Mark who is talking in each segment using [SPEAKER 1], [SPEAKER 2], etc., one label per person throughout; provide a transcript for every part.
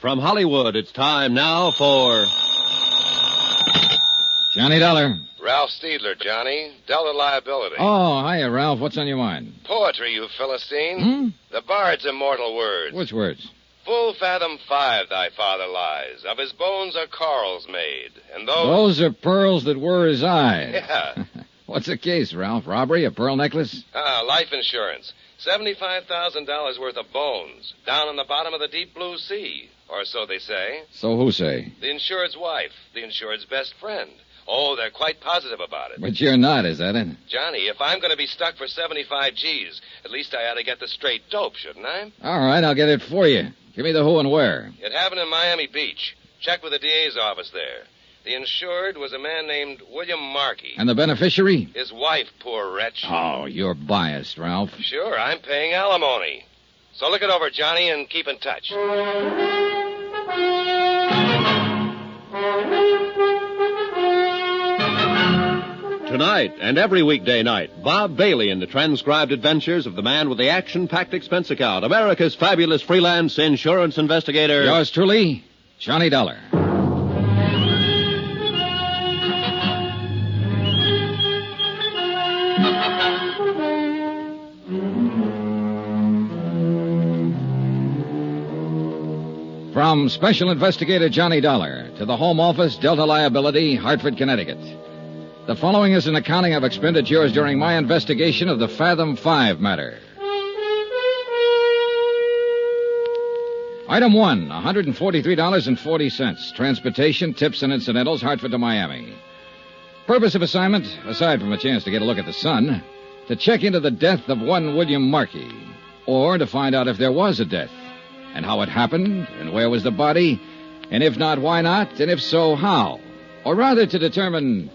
[SPEAKER 1] From Hollywood, it's time now for.
[SPEAKER 2] Johnny Dollar.
[SPEAKER 3] Ralph Steedler, Johnny. Delta liability.
[SPEAKER 2] Oh, hiya, Ralph. What's on your mind?
[SPEAKER 3] Poetry, you Philistine.
[SPEAKER 2] Hmm?
[SPEAKER 3] The bard's immortal words.
[SPEAKER 2] Which words?
[SPEAKER 3] Full fathom five thy father lies. Of his bones are corals made. And those.
[SPEAKER 2] Those are pearls that were his eyes.
[SPEAKER 3] Yeah.
[SPEAKER 2] What's the case, Ralph? Robbery? A pearl necklace?
[SPEAKER 3] Ah, life insurance. $75,000 worth of bones. Down in the bottom of the deep blue sea. Or so they say.
[SPEAKER 2] So who say?
[SPEAKER 3] The insured's wife. The insured's best friend. Oh, they're quite positive about it.
[SPEAKER 2] But you're not, is that it?
[SPEAKER 3] Johnny, if I'm going to be stuck for 75 G's, at least I ought to get the straight dope, shouldn't I?
[SPEAKER 2] All right, I'll get it for you. Give me the who and where.
[SPEAKER 3] It happened in Miami Beach. Check with the DA's office there. The insured was a man named William Markey.
[SPEAKER 2] And the beneficiary?
[SPEAKER 3] His wife, poor wretch.
[SPEAKER 2] Oh, you're biased, Ralph.
[SPEAKER 3] Sure, I'm paying alimony. So look it over, Johnny, and keep in touch.
[SPEAKER 1] Tonight and every weekday night, Bob Bailey in the transcribed adventures of the man with the action packed expense account, America's fabulous freelance insurance investigator.
[SPEAKER 2] Yours truly, Johnny Dollar. From Special Investigator Johnny Dollar to the Home Office, Delta Liability, Hartford, Connecticut. The following is an accounting of expenditures during my investigation of the Fathom 5 matter. Item one, $143.40. Transportation, tips, and incidentals, Hartford to Miami. Purpose of assignment, aside from a chance to get a look at the sun, to check into the death of one William Markey, or to find out if there was a death, and how it happened, and where was the body, and if not, why not, and if so, how. Or rather, to determine.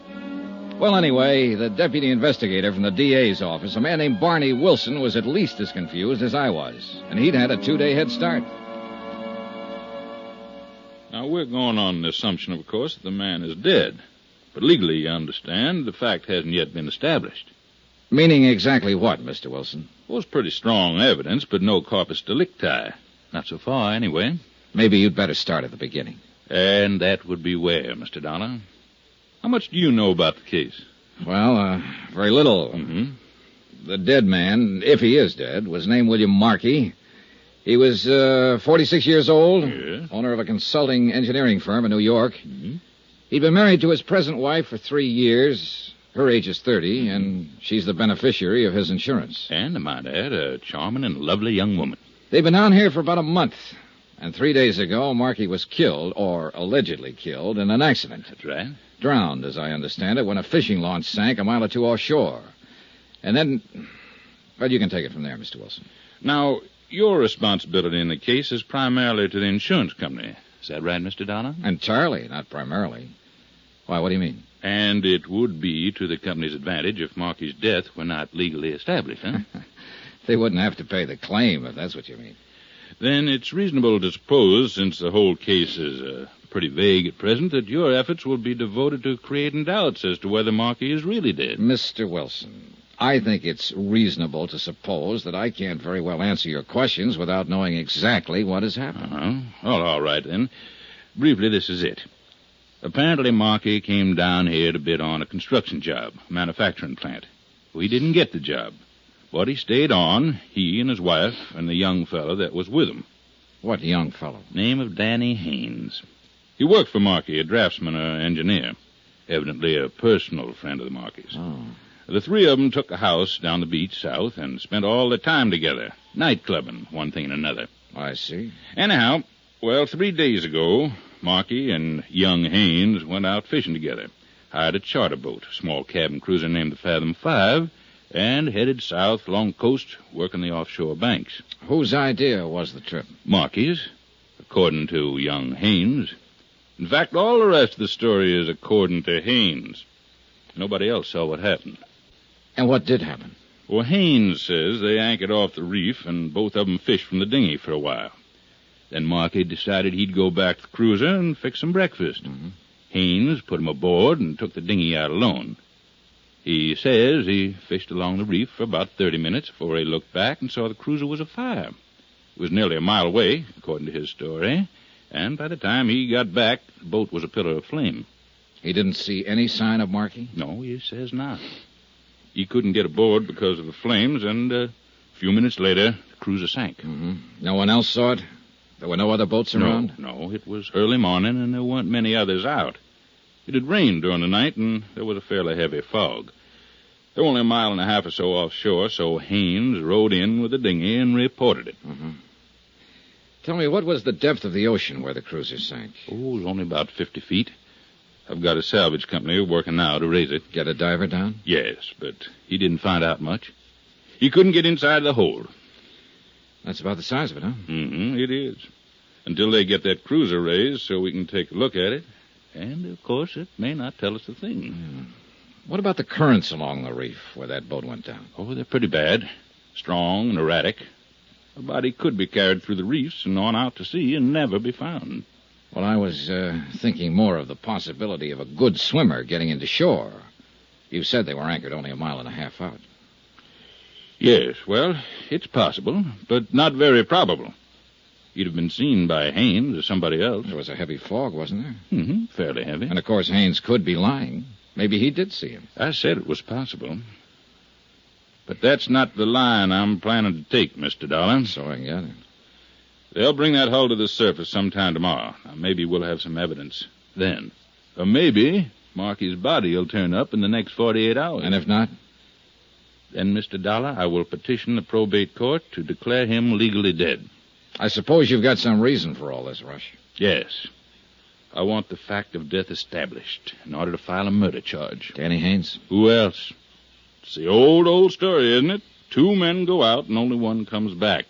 [SPEAKER 2] Well, anyway, the deputy investigator from the DA's office, a man named Barney Wilson, was at least as confused as I was, and he'd had a two day head start.
[SPEAKER 4] Now, we're going on the assumption, of course, that the man is dead. But legally, you understand, the fact hasn't yet been established.
[SPEAKER 2] Meaning exactly what, Mr. Wilson?
[SPEAKER 4] Well, it's pretty strong evidence, but no corpus delicti. Not so far, anyway.
[SPEAKER 2] Maybe you'd better start at the beginning.
[SPEAKER 4] And that would be where, Mr. Dollar? How much do you know about the case?
[SPEAKER 2] Well, uh, very little.
[SPEAKER 4] Mm-hmm.
[SPEAKER 2] The dead man, if he is dead, was named William Markey. He was uh, 46 years old,
[SPEAKER 4] Yes.
[SPEAKER 2] owner of a consulting engineering firm in New York.
[SPEAKER 4] Mhm.
[SPEAKER 2] He'd been married to his present wife for three years. Her age is 30, and she's the beneficiary of his insurance.
[SPEAKER 4] Mm-hmm. And, I might add, a charming and lovely young woman.
[SPEAKER 2] They've been down here for about a month, and three days ago, Markey was killed, or allegedly killed, in an accident.
[SPEAKER 4] That's right.
[SPEAKER 2] drowned, as I understand it, when a fishing launch sank a mile or two offshore. And then. Well, you can take it from there, Mr. Wilson.
[SPEAKER 4] Now, your responsibility in the case is primarily to the insurance company. Is that right, Mr. Dollar?
[SPEAKER 2] Entirely, not primarily. Why, what do you mean?
[SPEAKER 4] And it would be to the company's advantage if Marky's death were not legally established, huh?
[SPEAKER 2] They wouldn't have to pay the claim, if that's what you mean.
[SPEAKER 4] then it's reasonable to suppose, since the whole case is uh, pretty vague at present, that your efforts will be devoted to creating doubts as to whether Marky is really dead.
[SPEAKER 2] Mr. Wilson, I think it's reasonable to suppose that I can't very well answer your questions without knowing exactly what has happened.
[SPEAKER 4] Uh-huh. Well, all right, then. Briefly, this is it. Apparently, Marky came down here to bid on a construction job, manufacturing plant. We didn't get the job, but he stayed on, he and his wife and the young fellow that was with him.
[SPEAKER 2] What young fellow?
[SPEAKER 4] Name of Danny Haines. He worked for Markey, a draftsman or engineer. Evidently a personal friend of the Markeys.
[SPEAKER 2] Oh.
[SPEAKER 4] The three of 'em took a house down the beach south and spent all their time together, night clubbing, one thing and another.
[SPEAKER 2] I see.
[SPEAKER 4] Anyhow, well, three days ago, Markey and young Haines went out fishing together, hired a charter boat, a small cabin cruiser named the Fathom Five, and headed south along coast, working the offshore banks.
[SPEAKER 2] Whose idea was the trip?
[SPEAKER 4] Markey's, according to young Haines. In fact, all the rest of the story is according to Haines. Nobody else saw what happened.
[SPEAKER 2] And what did happen?
[SPEAKER 4] Well, Haines says they anchored off the reef and both of 'em fished from the dinghy for a while. Then Markey decided he'd go back to the cruiser and fix some breakfast.
[SPEAKER 2] Mm-hmm.
[SPEAKER 4] Haines put 'em aboard and took the dinghy out alone. He says he fished along the reef for about 30 minutes before he looked back and saw the cruiser was afire. It was nearly a mile away, according to his story, And by the time he got back, the boat was a pillar of flame.
[SPEAKER 2] He didn't see any sign of Markey?
[SPEAKER 4] No, he says not. He couldn't get aboard because of the flames, and uh, a few minutes later, the cruiser sank.
[SPEAKER 2] hmm No one else saw it? There were no other boats around?
[SPEAKER 4] No, no, it was early morning, and there weren't many others out. It had rained during the night, and there was a fairly heavy fog. They were only a mile and a half or so offshore, so Haines rowed in with the dinghy and reported it.
[SPEAKER 2] Mm-hmm. Tell me, what was the depth of the ocean where the cruiser sank?
[SPEAKER 4] Oh, it was only about 50 feet. I've got a salvage company working now to raise it.
[SPEAKER 2] Get a diver down?
[SPEAKER 4] Yes, but he didn't find out much. He couldn't get inside the hole.
[SPEAKER 2] That's about the size of it, huh?
[SPEAKER 4] Mm-hmm, it is. Until they get that cruiser raised so we can take a look at it. And, of course, it may not tell us a thing.
[SPEAKER 2] What about the currents along the Hmm, reef where that boat went down?
[SPEAKER 4] Oh, they're pretty bad. Strong and erratic. A body could be carried through the reefs and on out to sea and never be found.
[SPEAKER 2] Well, I was uh, thinking more of the possibility of a good swimmer getting into shore. You said they were anchored only a mile and a half out.
[SPEAKER 4] Yes, well, it's possible, but not very probable. He'd have been seen by Haines or somebody else.
[SPEAKER 2] There was a heavy fog, wasn't there?
[SPEAKER 4] Mm-hmm, fairly heavy.
[SPEAKER 2] And of course, Haines could be lying. Maybe he did see him.
[SPEAKER 4] I said it was possible. But that's not the line I'm planning to take, Mr. Dolan.
[SPEAKER 2] So I got it.
[SPEAKER 4] They'll bring that hull to the surface sometime tomorrow. Now, maybe we'll have some evidence then. Or maybe Marky's body will turn up in the next 48 hours.
[SPEAKER 2] And if not,
[SPEAKER 4] Then, Mr. Dollar, I will petition the probate court to declare him legally dead.
[SPEAKER 2] I suppose you've got some reason for all this rush.
[SPEAKER 4] Yes. I want the fact of death established in order to file a murder charge.
[SPEAKER 2] Danny Haines?
[SPEAKER 4] Who else? It's the old, old story, isn't it? Two men go out and only one comes back.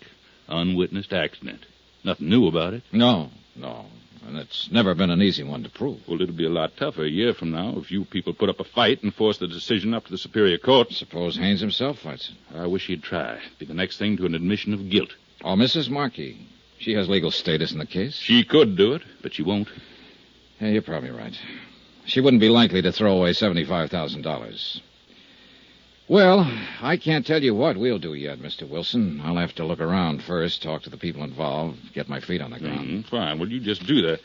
[SPEAKER 4] Unwitnessed accident. Nothing new about it.
[SPEAKER 2] No, no. And it's never been an easy one to prove.
[SPEAKER 4] Well, it'll be a lot tougher a year from now if you people put up a fight and force the decision up to the Superior Court.
[SPEAKER 2] Suppose Haines himself fights it.
[SPEAKER 4] I wish he'd try. Be the next thing to an admission of guilt.
[SPEAKER 2] Or Mrs. Markey. She has legal status in the case.
[SPEAKER 4] She could do it, but she won't.
[SPEAKER 2] Yeah, you're probably right. She wouldn't be likely to throw away $75,000. Well, I can't tell you what we'll do yet, Mr. Wilson. I'll have to look around first, talk to the people involved, get my feet on the
[SPEAKER 4] Mhm,
[SPEAKER 2] ground.
[SPEAKER 4] Fine. Well, you just do that.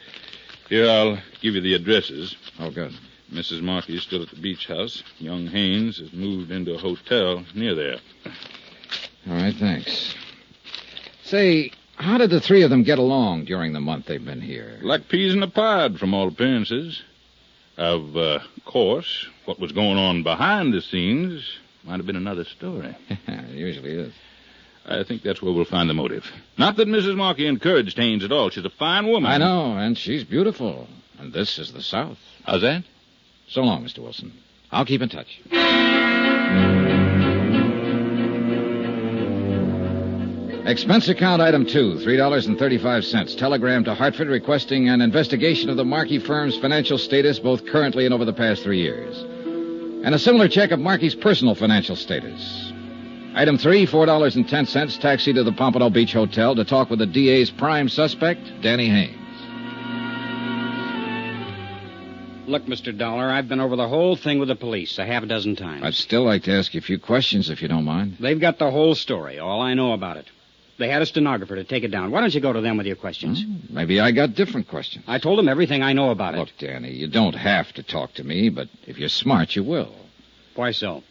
[SPEAKER 4] Here, I'll give you the addresses.
[SPEAKER 2] Oh, good.
[SPEAKER 4] Mrs. Markey's still at the beach house. Young Haines has moved into a hotel near there.
[SPEAKER 2] All right, thanks. Say, how did the three of them get along during the month they've been here?
[SPEAKER 4] Like peas in a pod, from all appearances. Of uh, course, what was going on behind the scenes might have been another story.
[SPEAKER 2] Usually is.
[SPEAKER 4] I think that's where we'll find the motive. Not that Mrs. Markey encouraged Haines at all. She's a fine woman.
[SPEAKER 2] I know, and she's beautiful. And this is the South.
[SPEAKER 4] How's that?
[SPEAKER 2] So long, Mr. Wilson. I'll keep in touch. Expense account item two, $3.35. Telegram to Hartford requesting an investigation of the Markey firm's financial status both currently and over the past three years. And a similar check of Markey's personal financial status. Item three, $4.10. Taxi to the Pompano Beach Hotel to talk with the DA's prime suspect, Danny Haynes.
[SPEAKER 5] Look, Mr. Dollar, I've been over the whole thing with the police a half a dozen times.
[SPEAKER 2] I'd still like to ask you a few questions if you don't mind.
[SPEAKER 5] They've got the whole story, all I know about it. They had a stenographer to take it down. Why don't you go to them with your questions?
[SPEAKER 2] Hmm, Maybe I got different questions.
[SPEAKER 5] I told them everything I know about
[SPEAKER 2] Look, Danny, you don't have to talk to me, but if you're smart, you will.
[SPEAKER 5] it. Why so?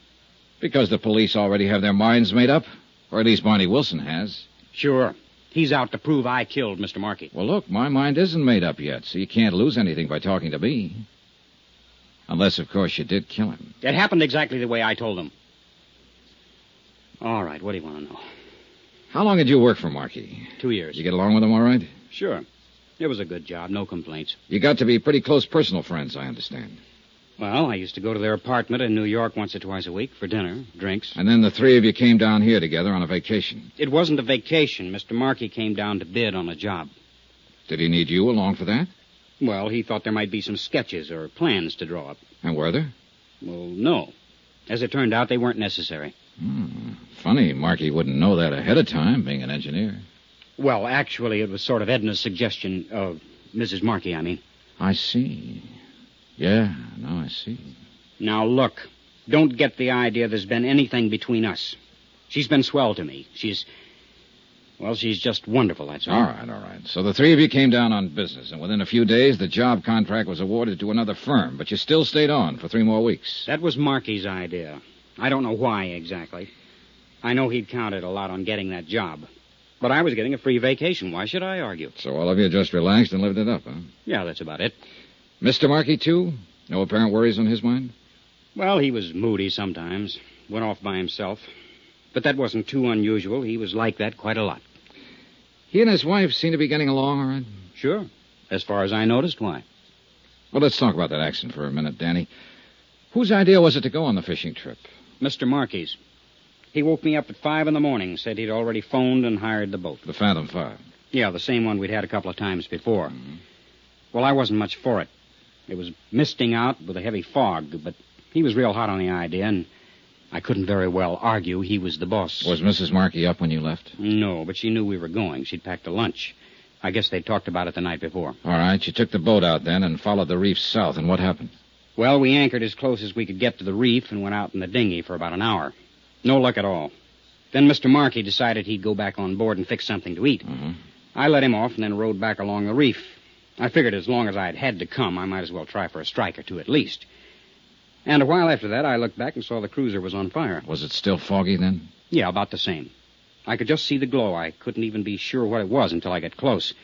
[SPEAKER 2] Because the police already have their minds made up, or at least Barney Wilson has.
[SPEAKER 5] Sure. He's out to prove I killed Mr. Markey.
[SPEAKER 2] Well, look, my mind isn't made up yet, so you can't lose anything by talking to me. Unless, of course, you did kill him.
[SPEAKER 5] It happened exactly the way I told them. All right, what do you want to know?
[SPEAKER 2] How long did you work for Markey?
[SPEAKER 5] Two
[SPEAKER 2] Did
[SPEAKER 5] years.
[SPEAKER 2] you get along with him all right?
[SPEAKER 5] Sure. It was a good job, no complaints.
[SPEAKER 2] You got to be pretty close personal friends, I understand.
[SPEAKER 5] Well, I used to go to their apartment in New York once or twice a week for dinner, drinks.
[SPEAKER 2] And then the three of you came down here together on a vacation.
[SPEAKER 5] It wasn't a vacation. Mr. Markey came down to bid on a job.
[SPEAKER 2] Did he need you along for that?
[SPEAKER 5] Well, he thought there might be some sketches or plans to draw up.
[SPEAKER 2] And were there?
[SPEAKER 5] Well, no. As it turned out, they weren't necessary.
[SPEAKER 2] Hmm. Funny, Markey wouldn't know that ahead of time, being an engineer.
[SPEAKER 5] Well, actually, it was sort of Edna's suggestion of Mrs. Markey, I mean.
[SPEAKER 2] I see. Yeah, no, I see.
[SPEAKER 5] Now, look, don't get the idea there's been anything between us. She's been swell to me. She's. Well, she's just wonderful, that's all.
[SPEAKER 2] All right, all right. So the three of you came down on business, and within a few days, the job contract was awarded to another firm, but you still stayed on for three more weeks.
[SPEAKER 5] That was Markey's idea. I don't know why exactly. I know he'd counted a lot on getting that job. But I was getting a free vacation. Why should I argue?
[SPEAKER 2] So all of you just relaxed and lived it up, huh?
[SPEAKER 5] Yeah, that's about it.
[SPEAKER 2] Mr. Markey, too? No apparent worries on his mind?
[SPEAKER 5] Well, he was moody sometimes, went off by himself. But that wasn't too unusual. He was like that quite a lot.
[SPEAKER 2] He and his wife seem to be getting along all right.
[SPEAKER 5] Sure. As far as I noticed, why?
[SPEAKER 2] Well, let's talk about that accident for a minute, Danny. Whose idea was it to go on the fishing trip?
[SPEAKER 5] Mr. Markey's. He woke me up at five in the morning, said he'd already phoned and hired the boat.
[SPEAKER 2] The Phantom Five. Mm-hmm.
[SPEAKER 5] Yeah, the same one we'd had a couple of times before. Well, I wasn't much for it. It was misting out with a heavy fog, but he was real hot on the idea, and I couldn't very well argue he was the boss.
[SPEAKER 2] Was Mrs. Markey up when you left?
[SPEAKER 5] No, but she knew we were going. She'd packed a lunch. I guess they talked about it the night before.
[SPEAKER 2] All right, you took the boat out then and followed the reef south, and what happened?
[SPEAKER 5] Well, we anchored as close as we could get to the reef and went out in the dinghy for about an hour. No luck at all. Then Mr. Markey decided he'd go back on board and fix something to eat.
[SPEAKER 2] Mhm.
[SPEAKER 5] I let him off and then rowed back along the reef. I figured as long as I'd had to come, I might as well try for a strike or two at least. And a while after that, I looked back and saw the cruiser was on fire.
[SPEAKER 2] Was it still foggy then?
[SPEAKER 5] Yeah, about the same. I could just see the glow. I couldn't even be sure what it was until I got close.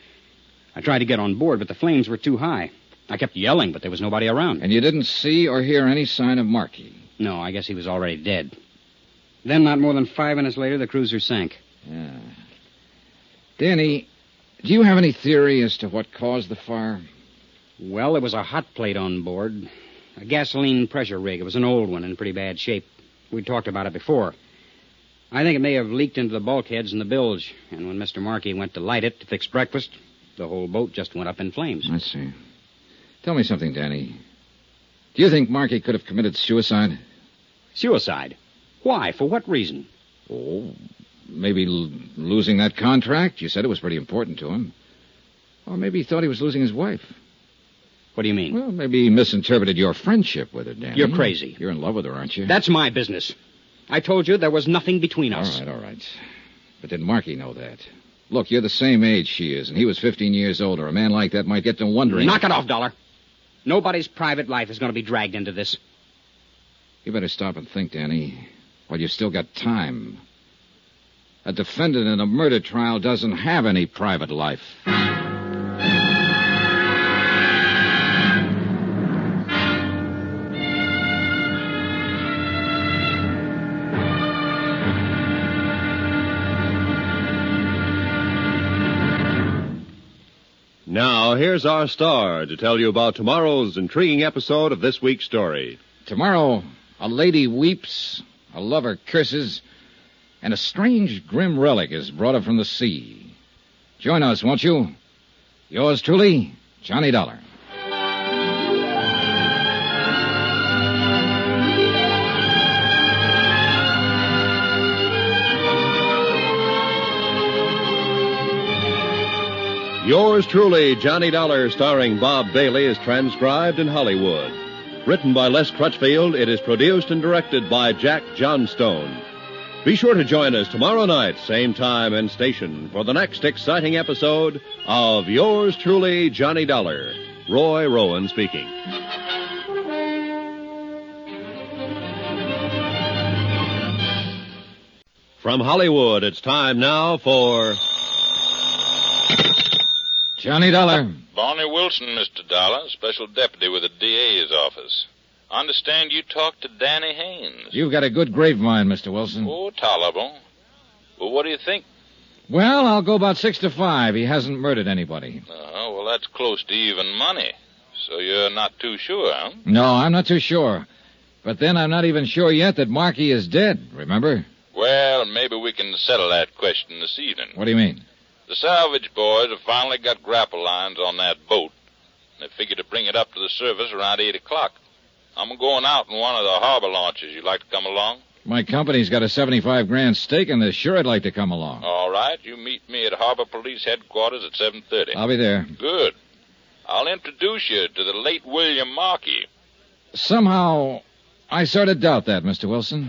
[SPEAKER 5] I tried to get on board, but the flames were too high. I kept yelling, but there was nobody around.
[SPEAKER 2] And you didn't see or hear any sign of Markey?
[SPEAKER 5] No, I guess he was already dead. Then, not more than five minutes later, the cruiser sank.
[SPEAKER 2] Yeah. Danny, do you have any theory as to what caused the fire?
[SPEAKER 5] Well, there was a hot plate on board, a gasoline pressure rig. It was an old one in pretty bad shape. We talked about it before. I think it may have leaked into the bulkheads in the bilge, and when Mr. Markey went to light it to fix breakfast, the whole boat just went up in flames.
[SPEAKER 2] I see. Tell me something, Danny. Do you think Markey could have committed suicide?
[SPEAKER 5] Suicide. Why? For what reason?
[SPEAKER 2] Oh, maybe l- losing that contract. You said it was pretty important to him. Or maybe he thought he was losing his wife.
[SPEAKER 5] What do you mean?
[SPEAKER 2] Well, maybe he misinterpreted your friendship with her, Danny.
[SPEAKER 5] You're crazy.
[SPEAKER 2] You're in love with her, aren't you?
[SPEAKER 5] That's my business. I told you there was nothing between
[SPEAKER 2] all
[SPEAKER 5] us.
[SPEAKER 2] right, all right. But did Markey know that? Look, you're the same age she is, and he was 15 years older. A man like that might get to wondering.
[SPEAKER 5] Knock it off, Dollar. Nobody's private life is going to be dragged into this.
[SPEAKER 2] You better stop and think, Danny, while you've still got time. A defendant in a murder trial doesn't have any private life.
[SPEAKER 1] Now, here's our star to tell you about tomorrow's intriguing episode of this week's story.
[SPEAKER 2] Tomorrow, a lady weeps, a lover curses, and a strange, grim relic is brought up from the sea. Join us, won't you? Yours truly, Johnny Dollar.
[SPEAKER 1] Yours truly, Johnny Dollar, starring Bob Bailey, is transcribed in Hollywood. Written by Les Crutchfield, it is produced and directed by Jack Johnstone. Be sure to join us tomorrow night, same time and station, for the next exciting episode of Yours truly, Johnny Dollar. Roy Rowan speaking. From Hollywood, it's time now for.
[SPEAKER 2] Johnny Dollar.
[SPEAKER 3] Barney Wilson, Mr. Dollar, special deputy with the DA's office. I understand you talked to Danny Haynes.
[SPEAKER 2] You've got a good grave mind, Mr. Wilson.
[SPEAKER 3] Oh, tolerable. Well, what do you think?
[SPEAKER 2] Well, I'll go about six to five. He hasn't murdered anybody.
[SPEAKER 3] Uh-huh, well, that's close to even money. So you're not too sure, huh?
[SPEAKER 2] No, I'm not too sure. But then I'm not even sure yet that Markey is dead, remember?
[SPEAKER 3] Well, maybe we can settle that question this evening.
[SPEAKER 2] What do you mean?
[SPEAKER 3] The salvage boys have finally got grapple lines on that boat. They figure to bring it up to the surface around 8 o'clock. I'm going out in one of the harbor launches. You'd like to come along?
[SPEAKER 2] My company's got a 75 grand stake in this. Sure, I'd like to come along.
[SPEAKER 3] All right. You meet me at Harbor Police Headquarters at 7.30.
[SPEAKER 2] I'll be there.
[SPEAKER 3] Good. I'll introduce you to the late William Markey.
[SPEAKER 2] Somehow, I sort of doubt that, Mr. Wilson.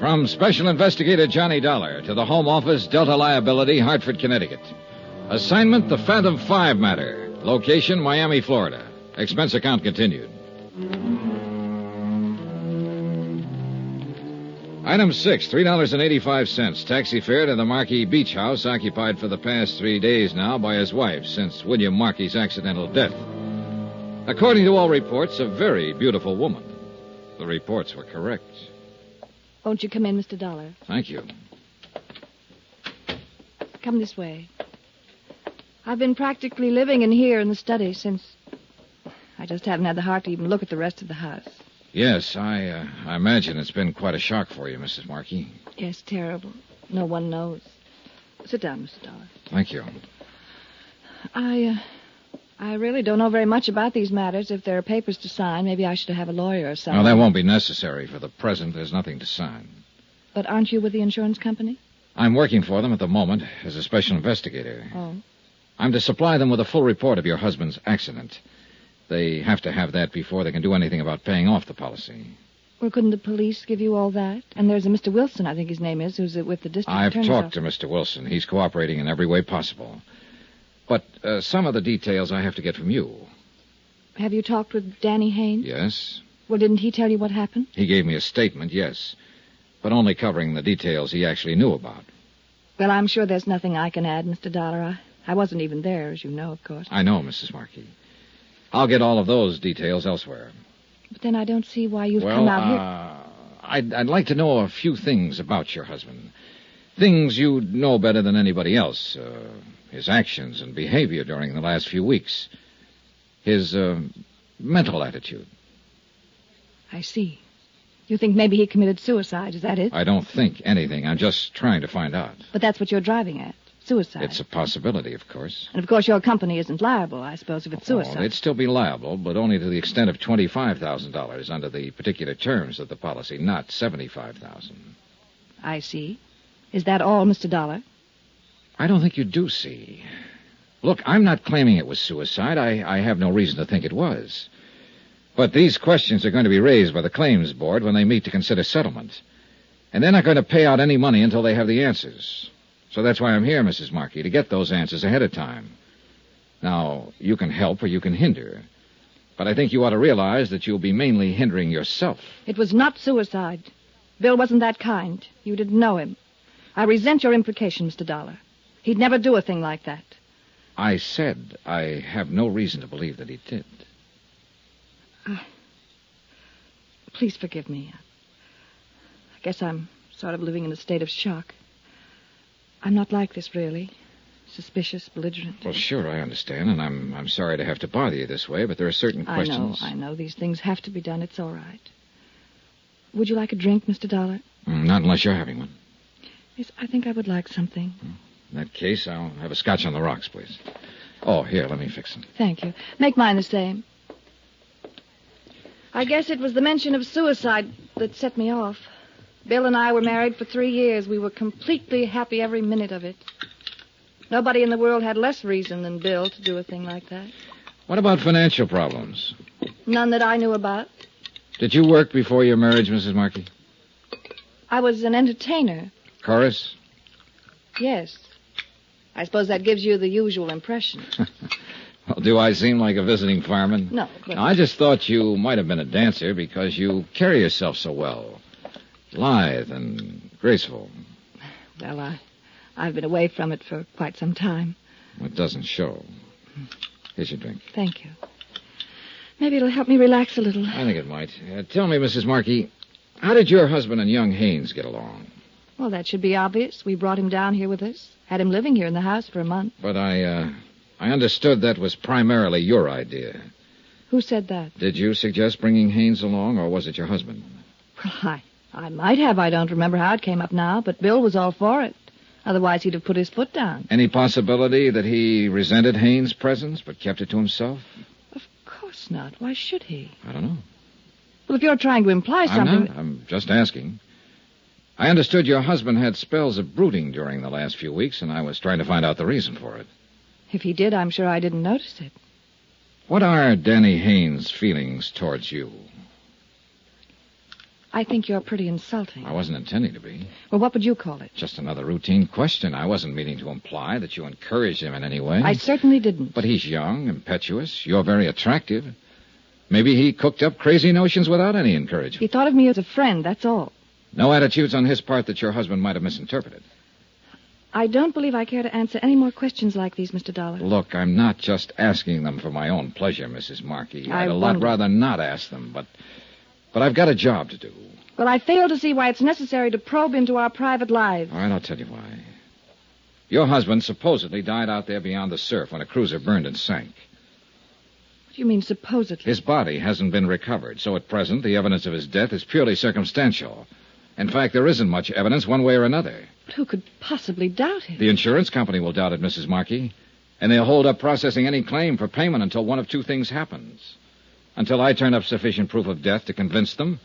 [SPEAKER 2] From Special Investigator Johnny Dollar to the Home Office, Delta Liability, Hartford, Connecticut. Assignment The Phantom 5 matter. Location Miami, Florida. Expense account continued. Item 6, $3.85. Taxi fare to the Markey Beach House, occupied for the past three days now by his wife since William Markey's accidental death. According to all reports, a very beautiful woman. The reports were correct.
[SPEAKER 6] Won't you come in, Mr. Dollar?
[SPEAKER 2] Thank you.
[SPEAKER 6] Come this way. I've been practically living in here in the study since. I just haven't had the heart to even look at the rest of the house.
[SPEAKER 2] Yes, I, uh, I imagine it's been quite a shock for you, Mrs. Markey.
[SPEAKER 6] Yes, terrible. No one knows. Sit down, Mr. Dollar.
[SPEAKER 2] Thank you.
[SPEAKER 6] I, uh, I really don't know very much about these matters. If there are papers to sign, maybe I should have a lawyer or
[SPEAKER 2] No,
[SPEAKER 6] something.
[SPEAKER 2] that won't be necessary for the present. There's nothing to sign.
[SPEAKER 6] But aren't you with the insurance company?
[SPEAKER 2] I'm working for them at the moment as a special investigator.
[SPEAKER 6] Oh.
[SPEAKER 2] I'm to supply them with a full report of your husband's accident. They have to have that before they can do anything about paying off the policy.
[SPEAKER 6] Well, couldn't the police give you all that? And there's a Mr. Wilson, I think his name is, who's uh, with the district
[SPEAKER 2] I've
[SPEAKER 6] attorney's
[SPEAKER 2] talked to Mr. Wilson. He's cooperating in every way possible. But uh, some of the details I have to get from you.
[SPEAKER 6] office. Have you talked with Danny Haines?
[SPEAKER 2] Yes?
[SPEAKER 6] Well, didn't he tell you what happened?
[SPEAKER 2] He gave me a statement, yes, but only covering the details he actually knew about.
[SPEAKER 6] Well, I'm sure there's nothing I can add, Mr. Dollar. I, I wasn't even there, as you know, of course.
[SPEAKER 2] I know, Mrs. Markey. I'll get all of those details elsewhere.
[SPEAKER 6] But then I don't see why you've
[SPEAKER 2] well,
[SPEAKER 6] come out here.
[SPEAKER 2] uh, I'd, I'd like to know a few things about your husband. Things you know better than anybody else. Uh, his actions and behavior during the last few weeks. His uh, mental attitude.
[SPEAKER 6] I see. You think maybe he committed suicide, is that it?
[SPEAKER 2] I don't think anything. I'm just trying to find out.
[SPEAKER 6] But that's what you're driving at. Suicide.
[SPEAKER 2] It's a possibility, of course.
[SPEAKER 6] And of course your company isn't liable, I suppose, if it's
[SPEAKER 2] Oh,
[SPEAKER 6] suicide.
[SPEAKER 2] they'd still be liable, but only to the extent of twenty-five thousand dollars under the particular terms of the policy, not seventy-five thousand.
[SPEAKER 6] I see. Is that all, Mr. Dollar?
[SPEAKER 2] I don't think you do see. Look, I'm not claiming it was suicide. I, I have no reason to think it was. But these questions are going to be raised by the claims board when they meet to consider settlement. And they're not going to pay out any money until they have the answers. So that's why I'm here, Mrs. Markey, to get those answers ahead of time. Now, you can help or you can hinder. But I think you ought to realize that you'll be mainly hindering yourself.
[SPEAKER 6] It was not suicide. Bill wasn't that kind. You didn't know him. I resent your implication, Mr. Dollar. He'd never do a thing like that.
[SPEAKER 2] I said I have no reason to believe that he did.
[SPEAKER 6] Please forgive me. I guess I'm sort of living in a state of shock. I'm not like this, really. Suspicious, belligerent.
[SPEAKER 2] Well, sure, I understand, and I'm I'm sorry to have to bother you this way, but there are certain
[SPEAKER 6] I know,
[SPEAKER 2] questions.
[SPEAKER 6] I know. These things have to be done. It's all right. Would you like a drink, Mr. Dollar?
[SPEAKER 2] Mm, Not unless you're having one.
[SPEAKER 6] Yes, I think I would like something.
[SPEAKER 2] In that case, I'll have a scotch on the rocks, please. Oh, here, let me fix them.
[SPEAKER 6] Thank you. Make mine the same. I guess it was the mention of suicide that set me off. Bill and I were married for three years. We were completely happy every minute of it. Nobody in the world had less reason than Bill to do a thing like that.
[SPEAKER 2] What about financial problems?
[SPEAKER 6] None that I knew about.
[SPEAKER 2] Did you work before your marriage, Mrs. Markey?
[SPEAKER 6] I was an entertainer,
[SPEAKER 2] Chorus?
[SPEAKER 6] yes. I suppose that gives you the usual impression.
[SPEAKER 2] Well, do I seem like a visiting fireman?
[SPEAKER 6] No, of course
[SPEAKER 2] I just thought you might have been a dancer because you carry yourself so well. Lithe and graceful.
[SPEAKER 6] Well, I, I've been away from it for quite some time.
[SPEAKER 2] It doesn't show. Here's your drink.
[SPEAKER 6] Thank you. Maybe it'll help me relax a little.
[SPEAKER 2] I think it might. Uh, tell me, Mrs. Markey, how did your husband and young Haynes get along?
[SPEAKER 6] Well, that should be obvious. We brought him down here with us, had him living here in the house for a month.
[SPEAKER 2] But I, uh, I understood that was primarily your idea.
[SPEAKER 6] Who said that?
[SPEAKER 2] Did you suggest bringing Haynes along, or was it your husband?
[SPEAKER 6] Well, I, I might have. I don't remember how it came up now, but Bill was all for it. Otherwise, he'd have put his foot down.
[SPEAKER 2] Any possibility that he resented Haynes' presence but kept it to himself?
[SPEAKER 6] Of course not. Why should he?
[SPEAKER 2] I don't know.
[SPEAKER 6] Well, if you're trying to imply something.
[SPEAKER 2] I'm not. I'm just asking. I understood your husband had spells of brooding during the last few weeks, and I was trying to find out the reason for it.
[SPEAKER 6] If he did, I'm sure I didn't notice it.
[SPEAKER 2] What are Danny Haynes' feelings towards you?
[SPEAKER 6] I think you're pretty insulting.
[SPEAKER 2] I wasn't intending to be.
[SPEAKER 6] Well, what would you call it?
[SPEAKER 2] Just another routine question. I wasn't meaning to imply that you encouraged him in any way.
[SPEAKER 6] I certainly didn't.
[SPEAKER 2] But he's young, impetuous. You're very attractive. Maybe he cooked up crazy notions without any encouragement.
[SPEAKER 6] He thought of me as a friend, that's all.
[SPEAKER 2] No attitudes on his part that your husband might have misinterpreted.
[SPEAKER 6] I don't believe I care to answer any more questions like these, Mr. Dollar.
[SPEAKER 2] Look, I'm not just asking them for my own pleasure, Mrs. Markey.
[SPEAKER 6] I
[SPEAKER 2] I'd a lot
[SPEAKER 6] wondered.
[SPEAKER 2] rather not ask them, but but I've got a job to do.
[SPEAKER 6] Well, I fail to see why it's necessary to probe into our private lives.
[SPEAKER 2] All right, I'll tell you why. Your husband supposedly died out there beyond the surf when a cruiser burned and sank.
[SPEAKER 6] What do you mean, supposedly?
[SPEAKER 2] His body hasn't been recovered, so at present the evidence of his death is purely circumstantial. In fact, there isn't much evidence one way or another.
[SPEAKER 6] But Who could possibly doubt it?
[SPEAKER 2] The insurance company will doubt it, Mrs. Markey, and they'll hold up processing any claim for payment until one of two things happens. Until I turn up sufficient proof of death to convince them,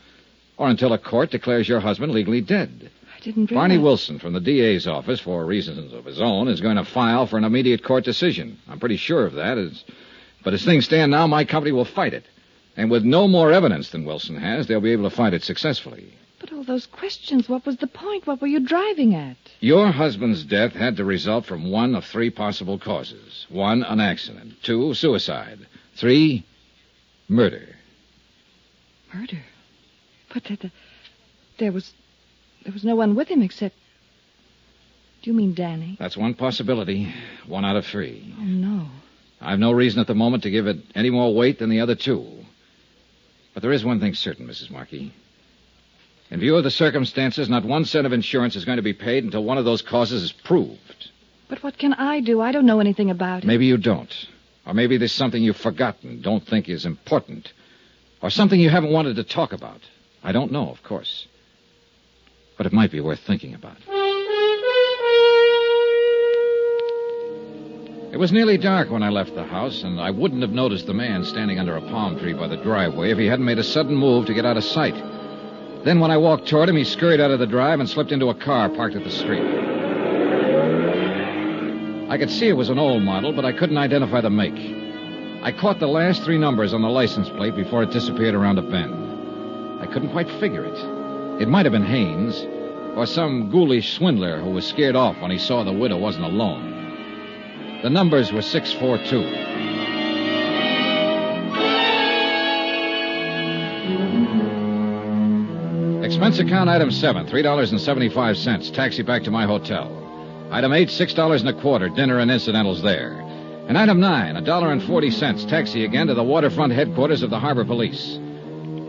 [SPEAKER 2] or until a court declares your husband legally dead.
[SPEAKER 6] I didn't realize.
[SPEAKER 2] Barney Wilson from the DA's office, for reasons of his own, is going to file for an immediate court decision. I'm pretty sure of that. As, but as things stand now, my company will fight it. And with no more evidence than Wilson has, they'll be able to fight it successfully.
[SPEAKER 6] But all those questions, what was the point? What were you driving at?
[SPEAKER 2] Your husband's death had to result from one of three possible causes one, an accident, two, suicide, three, murder.
[SPEAKER 6] Murder. But that, that- there was there was no one with him except. Do you mean Danny?
[SPEAKER 2] That's one possibility, one out of three.
[SPEAKER 6] Oh no.
[SPEAKER 2] I've no reason at the moment to give it any more weight than the other two. But there is one thing certain, Mrs. Markey. In view of the circumstances, not one cent of insurance is going to be paid until one of those causes is proved.
[SPEAKER 6] But what can I do? I don't know anything about it.
[SPEAKER 2] Maybe you don't. Or maybe there's something you've forgotten, don't think is important. Or something you haven't wanted to talk about. I don't know, of course. But it might be worth thinking about. It was nearly dark when I left the house, and I wouldn't have noticed the man standing under a palm tree by the driveway if he hadn't made a sudden move to get out of sight. Then, when I walked toward him, he scurried out of the drive and slipped into a car parked at the street. I could see it was an old model, but I couldn't identify the make. I caught the last three numbers on the license plate before it disappeared around a bend. I couldn't quite figure it. It might have been Haynes, or some ghoulish swindler who was scared off when he saw the widow wasn't alone. The numbers were 642. Expense account item 7, $3.75, taxi back to my hotel. Item eight, six dollars and a quarter, dinner and incidentals there. And item nine, a dollar and forty cents, taxi again to the waterfront headquarters of the harbor police.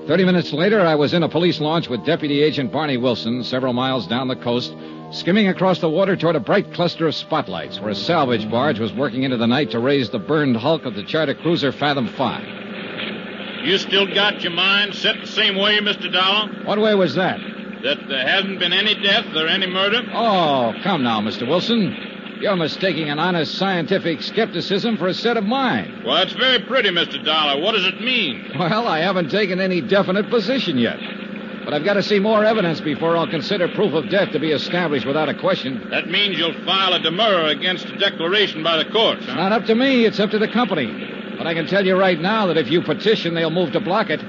[SPEAKER 2] Thirty minutes later, I was in a police launch with Deputy Agent Barney Wilson, several miles down the coast, skimming across the water toward a bright cluster of spotlights where a salvage barge was working into the night to raise the burned hulk of the charter cruiser Fathom Five.
[SPEAKER 4] You still got your mind set the same way, Mr. Dollar?
[SPEAKER 2] What way was that?
[SPEAKER 4] That there hasn't been any death or any murder?
[SPEAKER 2] Oh, come now, Mr. Wilson. You're mistaking an honest scientific skepticism for a set of mine.
[SPEAKER 4] Well, it's very pretty, Mr. Dollar. What does it mean?
[SPEAKER 2] Well, I haven't taken any definite position yet. But I've got to see more evidence before I'll consider proof of death to be established without a question.
[SPEAKER 4] That means you'll file a demurrer against a declaration by the courts, huh?
[SPEAKER 2] Not up to me, it's up to the company. But I can tell you right now that if you petition, they'll move to block it.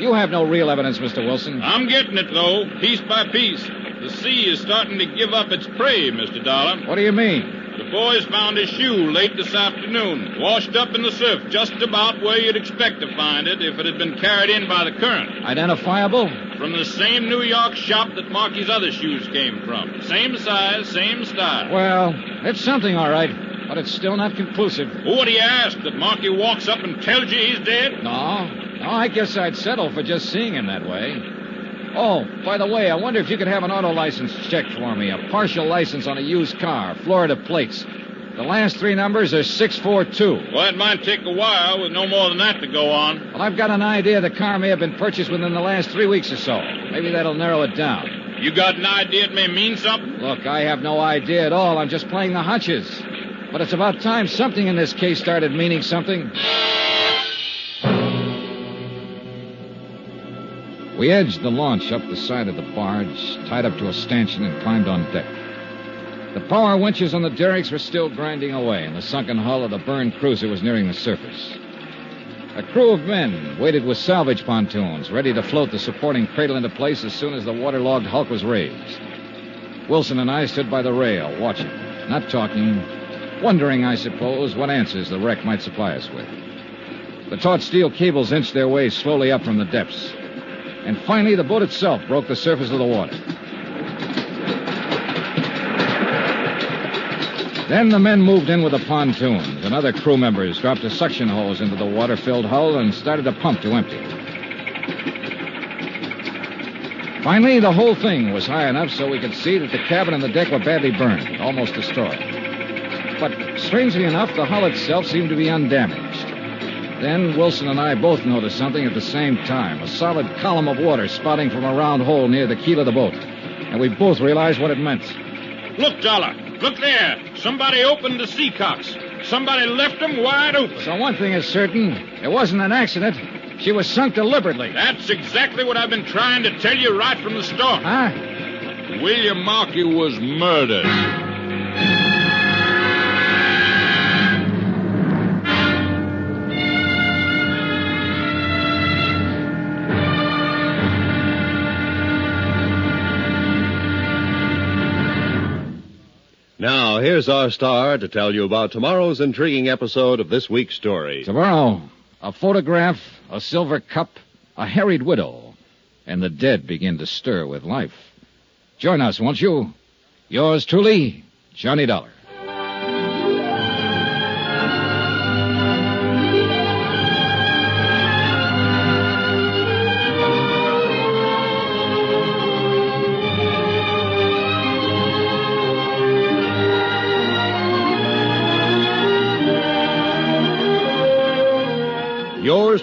[SPEAKER 2] You have no real evidence, Mr. Wilson.
[SPEAKER 4] I'm getting it, though, piece by piece. The sea is starting to give up its prey, Mr. Dollar.
[SPEAKER 2] What do you mean?
[SPEAKER 4] The boys found his shoe late this afternoon, washed up in the surf, just about where you'd expect to find it if it had been carried in by the current.
[SPEAKER 2] Identifiable?
[SPEAKER 4] From the same New York shop that Marky's other shoes came from. Same size, same style.
[SPEAKER 2] Well, it's something, all right. But it's still not conclusive.
[SPEAKER 4] What do you ask that Marky walks up and tells you he's dead?
[SPEAKER 2] No. No, I guess I'd settle for just seeing him that way. Oh, by the way, I wonder if you could have an auto license check for me. A partial license on a used car, Florida plates. The last three numbers are 642.
[SPEAKER 4] Well, it might take a while with no more than that to go on.
[SPEAKER 2] Well, I've got an idea the car may have been purchased within the last three weeks or so. Maybe that'll narrow it down.
[SPEAKER 4] You got an idea it may mean something?
[SPEAKER 2] Look, I have no idea at all. I'm just playing the hunches. But it's about time something in this case started meaning something. We edged the launch up the side of the barge, tied up to a stanchion, and climbed on deck. The power winches on the derricks were still grinding away, and the sunken hull of the burned cruiser was nearing the surface. A crew of men waited with salvage pontoons, ready to float the supporting cradle into place as soon as the waterlogged hulk was raised. Wilson and I stood by the rail, watching, not talking, wondering, I suppose, what answers the wreck might supply us with. The taut steel cables inched their way slowly up from the depths. And finally, the boat itself broke the surface of the water. Then the men moved in with the pontoons, and other crew members dropped a suction hose into the water filled hull and started a pump to empty. Finally, the whole thing was high enough so we could see that the cabin and the deck were badly burned, almost destroyed. But strangely enough, the hull itself seemed to be undamaged. Then Wilson and I both noticed something at the same time a solid column of water spouting from a round hole near the keel of the boat. And we both realized what it meant.
[SPEAKER 4] Look, Dollar. Look there. Somebody opened the sea cocks. Somebody left them wide open.
[SPEAKER 2] So, one thing is certain it wasn't an accident. She was sunk deliberately.
[SPEAKER 4] That's exactly what I've been trying to tell you right from the start.
[SPEAKER 2] Huh?
[SPEAKER 4] William Markey was murdered.
[SPEAKER 1] Now, here's our star to tell you about tomorrow's intriguing episode of this week's story.
[SPEAKER 2] Tomorrow, a photograph, a silver cup, a harried widow, and the dead begin to stir with life. Join us, won't you? Yours truly, Johnny Dollar.
[SPEAKER 1] Yours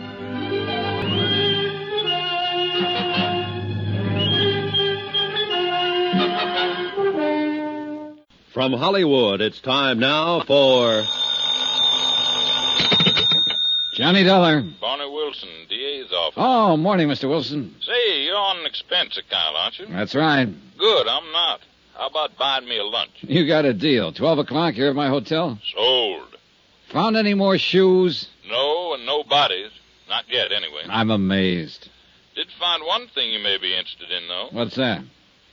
[SPEAKER 1] From Hollywood, it's time now for.
[SPEAKER 2] Johnny Dollar.
[SPEAKER 3] Barney Wilson, DA's office.
[SPEAKER 2] Oh, morning, Mr. Wilson.
[SPEAKER 3] Say, you're on an expense account, aren't you?
[SPEAKER 2] That's right.
[SPEAKER 3] Good, I'm not. How about buying me a lunch?
[SPEAKER 2] You got a deal. 12 o'clock here at my hotel.
[SPEAKER 3] Sold.
[SPEAKER 2] Found any more shoes?
[SPEAKER 3] No, and no bodies. Not yet, anyway.
[SPEAKER 2] I'm amazed.
[SPEAKER 3] Did find one thing you may be interested in, though.
[SPEAKER 2] What's that?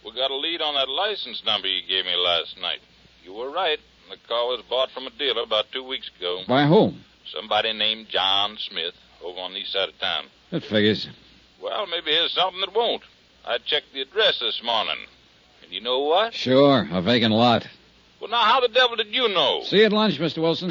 [SPEAKER 3] We got a lead on that license number you gave me last night. You were right. The car was bought from a dealer about two weeks ago.
[SPEAKER 2] By whom?
[SPEAKER 3] Somebody named John Smith over on the east side of town.
[SPEAKER 2] It figures.
[SPEAKER 3] Well, maybe here's something that won't. I checked the address this morning. And you know what?
[SPEAKER 2] Sure, a vacant lot.
[SPEAKER 3] Well, now, how the devil did you know?
[SPEAKER 2] See you at lunch, Mr. Wilson.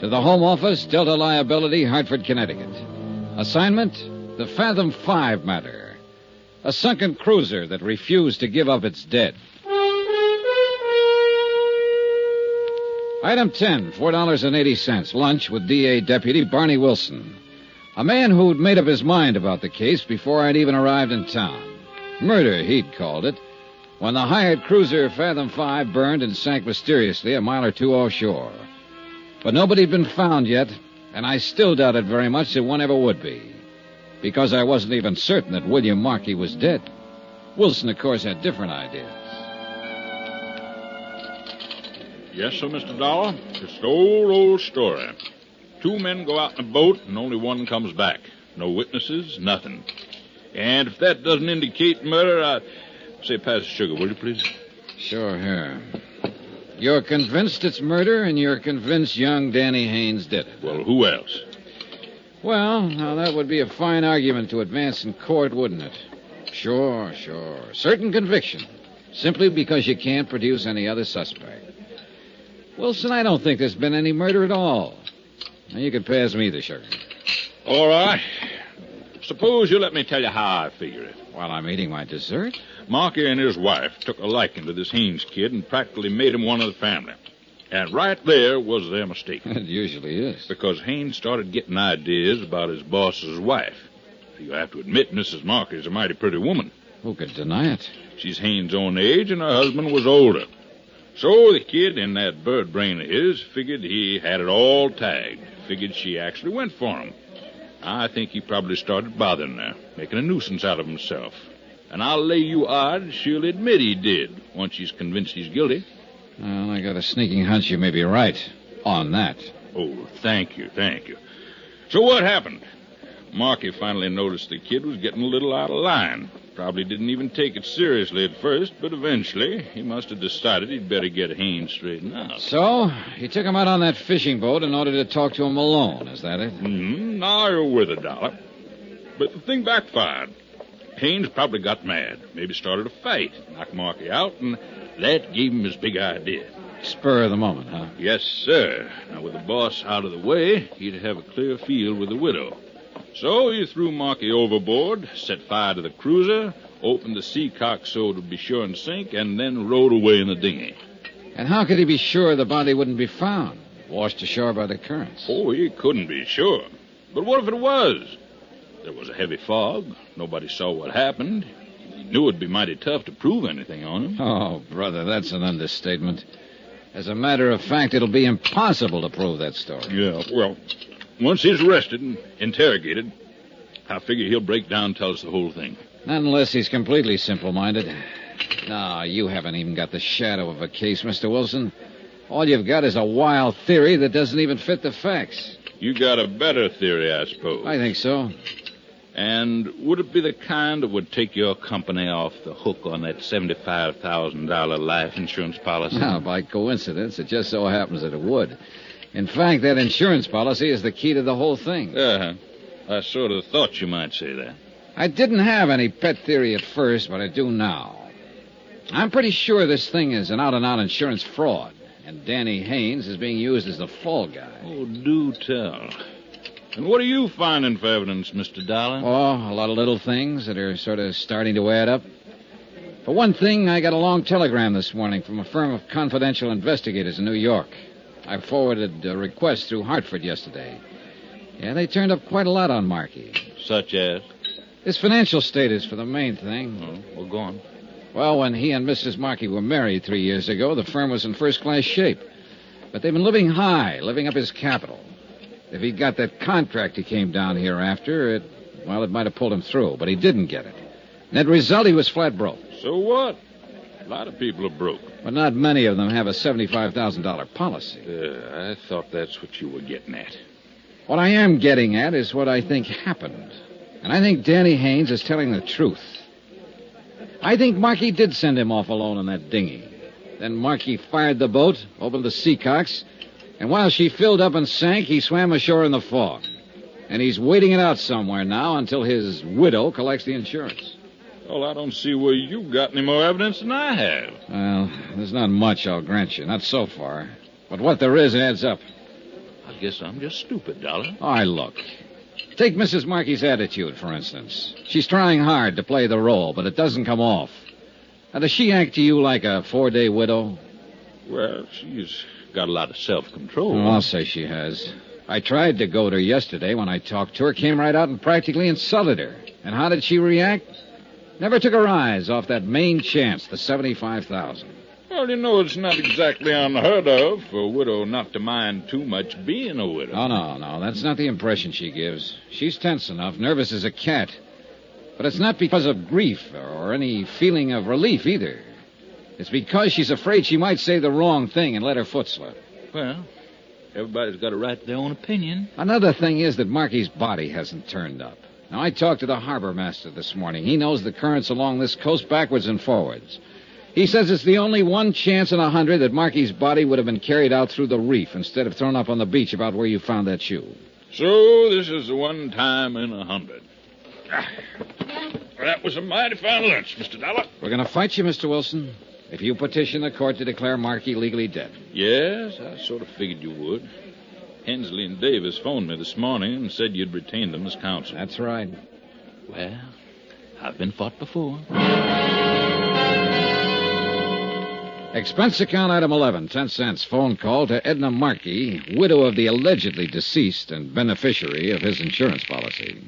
[SPEAKER 2] To the Home Office, Delta Liability, Hartford, Connecticut. Assignment The Fathom 5 matter. A sunken cruiser that refused to give up its dead. Item 10, $4.80. Lunch with DA Deputy Barney Wilson. A man who'd made up his mind about the case before I'd even arrived in town. Murder, he'd called it, when the hired cruiser Fathom 5 burned and sank mysteriously a mile or two offshore. But nobody'd been found yet, and I still doubted very much that one ever would be, because I wasn't even certain that William Markey was dead. Wilson, of course, had different ideas.
[SPEAKER 4] Yes, sir, Mr. Dollar. It's the old, old story. Two men go out in a boat, and only one comes back. No witnesses, nothing. And if that doesn't indicate murder, I say, pass the sugar, will you, please?
[SPEAKER 2] Sure, here. You're convinced it's murder, and you're convinced young Danny Haynes did it.
[SPEAKER 4] Well, who else?
[SPEAKER 2] Well, now that would be a fine argument to advance in court, wouldn't it? Sure, sure. Certain conviction. Simply because you can't produce any other suspect. Wilson, I don't think there's been any murder at all. Now you can pass me the sugar
[SPEAKER 4] All right. Suppose you let me tell you how I figure it.
[SPEAKER 2] while I'm eating my dessert.
[SPEAKER 4] Markey and his wife took a liking to this Haynes kid and practically made him one of the family. And right there was their mistake.
[SPEAKER 2] It usually is.
[SPEAKER 4] because Haynes started getting ideas about his boss's wife. You have to admit Mrs. Markey's a mighty pretty woman.
[SPEAKER 2] Who could deny it?
[SPEAKER 4] She's Haynes' own age, and her husband was older. So the kid in that bird brain of his figured he had it all tagged, figured she actually went for him. I think he probably started bothering her, making a nuisance out of himself. And I'll lay you odds she'll admit he did, once she's convinced he's guilty.
[SPEAKER 2] Well, I got a sneaking hunch you may be right on that.
[SPEAKER 4] Oh, thank you, thank you. So what happened? Marky finally noticed the kid was getting a little out of line. Probably didn't even take it seriously at first, but eventually he must have decided he'd better get Haynes straightened out.
[SPEAKER 2] So, you took him out on that fishing boat in order to talk to him alone, is that it?
[SPEAKER 4] Mm, now you're worth a dollar. But the thing backfired. Haynes probably got mad, maybe started a fight, knocked Marky out, and that gave him his big idea.
[SPEAKER 2] Spur of the moment, huh?
[SPEAKER 4] Yes, sir. Now, with the boss out of the way, he'd have a clear field with the widow. So he threw Markey overboard, set fire to the cruiser, opened the sea cock so it would be sure and sink, and then rowed away in the dinghy.
[SPEAKER 2] And how could he be sure the body wouldn't be found? Washed ashore by the currents.
[SPEAKER 4] Oh, he couldn't be sure. But what if it was? There was a heavy fog. Nobody saw what happened. He knew it'd be mighty tough to prove anything on him.
[SPEAKER 2] Oh, brother, that's an understatement. As a matter of fact, it'll be impossible to prove that story.
[SPEAKER 4] Yeah, well, once he's arrested and interrogated, I figure he'll break down and tell us the whole thing.
[SPEAKER 2] Not unless he's completely simple minded. No, you haven't even got the shadow of a case, Mr. Wilson. All you've got is a wild theory that doesn't even fit the facts.
[SPEAKER 4] You got a better theory, I suppose.
[SPEAKER 2] I think so.
[SPEAKER 4] And would it be the kind that would take your company off the hook on that $75,000 life insurance policy?
[SPEAKER 2] Now, by coincidence, it just so happens that it would. In fact, that insurance policy is the key to the whole thing.
[SPEAKER 4] Uh-huh. I sort of thought you might say that.
[SPEAKER 2] I didn't have any pet theory at first, but I do now. I'm pretty sure this thing is an out and out insurance fraud, and Danny Haynes is being used as the fall guy.
[SPEAKER 4] Oh, do tell. And what are you finding for evidence, Mr. Dollar?
[SPEAKER 2] Oh, a lot of little things that are sort of starting to add up. For one thing, I got a long telegram this morning from a firm of confidential investigators in New York. I forwarded a request through Hartford yesterday. Yeah, they turned up quite a lot on Markey.
[SPEAKER 4] Such as?
[SPEAKER 2] His financial status for the main thing.
[SPEAKER 4] Oh, well, go on.
[SPEAKER 2] Well, when he and Mrs. Markey were married three years ago, the firm was in first class shape. But they've been living high, living up his capital. If he got that contract he came down here after, it, well, it might have pulled him through, but he didn't get it. And as a result, he was flat broke.
[SPEAKER 4] So what? A lot of people are broke.
[SPEAKER 2] But not many of them have a $75,000 policy.
[SPEAKER 4] Uh, I thought that's what you were getting at.
[SPEAKER 2] What I am getting at is what I think happened. And I think Danny Haynes is telling the truth. I think Markey did send him off alone in that dinghy. Then Markey fired the boat, opened the sea cocks, and while she filled up and sank, he swam ashore in the fog. And he's waiting it out somewhere now until his widow collects the insurance.
[SPEAKER 4] Well, I don't see where you've got any more evidence than I have.
[SPEAKER 2] Well, there's not much, I'll grant you. Not so far. But what there is adds up.
[SPEAKER 4] I guess I'm just stupid, Dollar.
[SPEAKER 2] I look. Take Mrs. Markey's attitude, for instance. She's trying hard to play the role, but it doesn't come off. Now, does she act to you like a four day widow?
[SPEAKER 4] Well, she's got a lot of self control.
[SPEAKER 2] Oh, I'll say she has. I tried to goad her yesterday when I talked to her, came right out and practically insulted her. And how did she react? Never took her eyes off that main chance, the 75,000.
[SPEAKER 4] Well, you know, it's not exactly unheard of for a widow not to mind too much being a widow.
[SPEAKER 2] Oh, no, no, that's not the impression she gives. She's tense enough, nervous as a cat. But it's not because of grief or any feeling of relief either. It's because she's afraid she might say the wrong thing and let her foot slip.
[SPEAKER 4] Well, everybody's got a right to their own opinion.
[SPEAKER 2] Another thing is that Marky's body hasn't turned up. Now, I talked to the harbor master this morning. He knows the currents along this coast backwards and forwards. He says it's the only one chance in a hundred that Marky's body would have been carried out through the reef instead of thrown up on the beach about where you found that shoe.
[SPEAKER 4] So this is the one time in a hundred. Ah, That was a mighty fine lunch, Mr. Dollar.
[SPEAKER 2] We're going to fight you, Mr. Wilson, if you petition the court to declare Marky legally dead.
[SPEAKER 4] Yes, I sort of figured you would. Hensley and Davis phoned me this morning and said you'd retained them as counsel.
[SPEAKER 2] That's right.
[SPEAKER 4] Well, I've been fought before.
[SPEAKER 2] Expense account item 11, 10 cents. Phone call to Edna Markey, widow of the allegedly deceased and beneficiary of his insurance policy.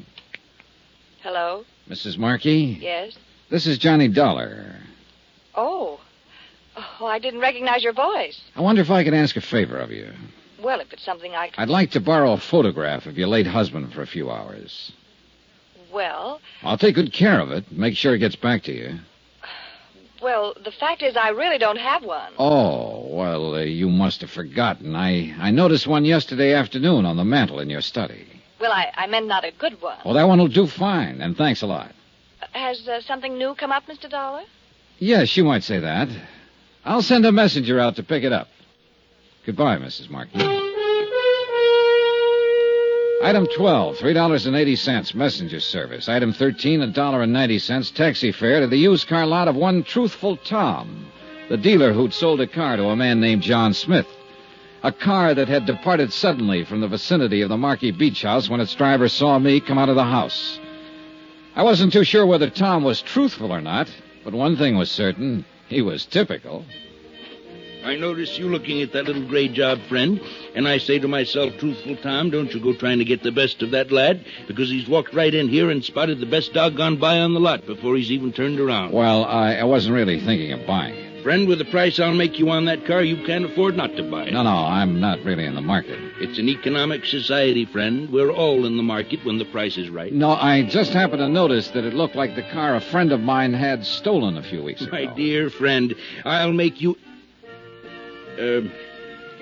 [SPEAKER 7] Hello?
[SPEAKER 2] Mrs. Markey?
[SPEAKER 7] Yes?
[SPEAKER 2] This is Johnny Dollar.
[SPEAKER 7] Oh. Oh, I didn't recognize your voice.
[SPEAKER 2] I wonder if I could ask a favor of you.
[SPEAKER 7] Well, if it's something I can.
[SPEAKER 2] I'd like to borrow a photograph of your late husband for a few hours.
[SPEAKER 7] Well,
[SPEAKER 2] I'll take good care of it. Make sure it gets back to you.
[SPEAKER 7] well, the fact is, I really don't have one.
[SPEAKER 2] Oh, well, uh, you must have forgotten. I, I noticed one yesterday afternoon on the mantel in your study.
[SPEAKER 7] Well, I, I meant not a good one.
[SPEAKER 2] Oh, that one will do fine, and thanks a lot.
[SPEAKER 7] Has uh, something new come up, Mr. Dollar?
[SPEAKER 2] Yes, you might say that. I'll send a messenger out to pick it up. Goodbye, Mrs. Markey. Item 12, $3.80, messenger service. Item 13, $1.90, taxi fare to the used car lot of one Truthful Tom, the dealer who'd sold a car to a man named John Smith. A car that had departed suddenly from the vicinity of the Markey Beach House when its driver saw me come out of the house. I wasn't too sure whether Tom was truthful or not, but one thing was certain he was typical.
[SPEAKER 8] I notice you looking at that little gray job, friend, and I say to myself, truthful Tom, don't you go trying to get the best of that lad, because he's walked right in here and spotted the best doggone buy on the lot before he's even turned around.
[SPEAKER 2] Well, I, I wasn't really thinking of buying it.
[SPEAKER 8] Friend, with the price I'll make you on that car, you can't afford not to buy it.
[SPEAKER 2] No, no, I'm not really in the market.
[SPEAKER 8] It's an economic society, friend. We're all in the market when the price is right.
[SPEAKER 2] No, I just happened to notice that it looked like the car a friend of mine had stolen a few weeks ago.
[SPEAKER 8] My dear friend, I'll make you. Um,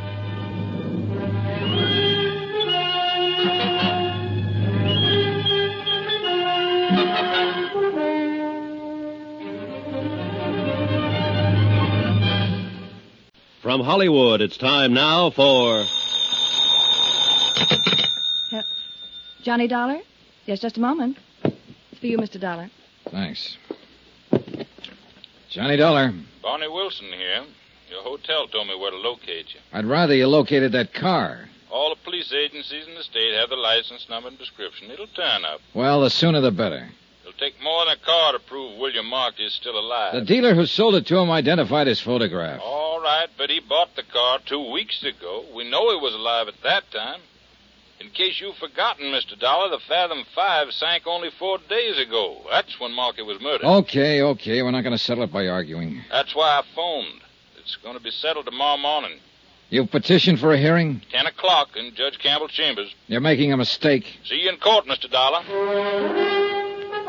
[SPEAKER 1] From Hollywood, it's time now for.
[SPEAKER 6] Johnny Dollar? Yes, just a moment. It's for you, Mr. Dollar.
[SPEAKER 2] Thanks. Johnny Dollar,
[SPEAKER 3] Barney Wilson here. Your hotel told me where to locate you.
[SPEAKER 2] I'd rather you located that car.
[SPEAKER 3] All the police agencies in the state have the license number and description. It'll turn up.
[SPEAKER 2] Well, the sooner the better.
[SPEAKER 3] It'll take more than a car to prove William Markey is still alive.
[SPEAKER 2] The dealer who sold it to him identified his photograph.
[SPEAKER 3] All right, but he bought the car two weeks ago. We know he was alive at that time. In case you've forgotten, Mr. Dollar, the Fathom 5 sank only four days ago. That's when Markey was murdered.
[SPEAKER 2] Oh. Okay, okay, we're not going to settle it by arguing.
[SPEAKER 3] That's why I phoned. It's going to be settled tomorrow morning,
[SPEAKER 2] You've petitioned for a hearing?
[SPEAKER 3] 10 o'clock, in Judge Campbell Chambers.
[SPEAKER 2] You're making a mistake.
[SPEAKER 3] See you in court, Mr. Dollar.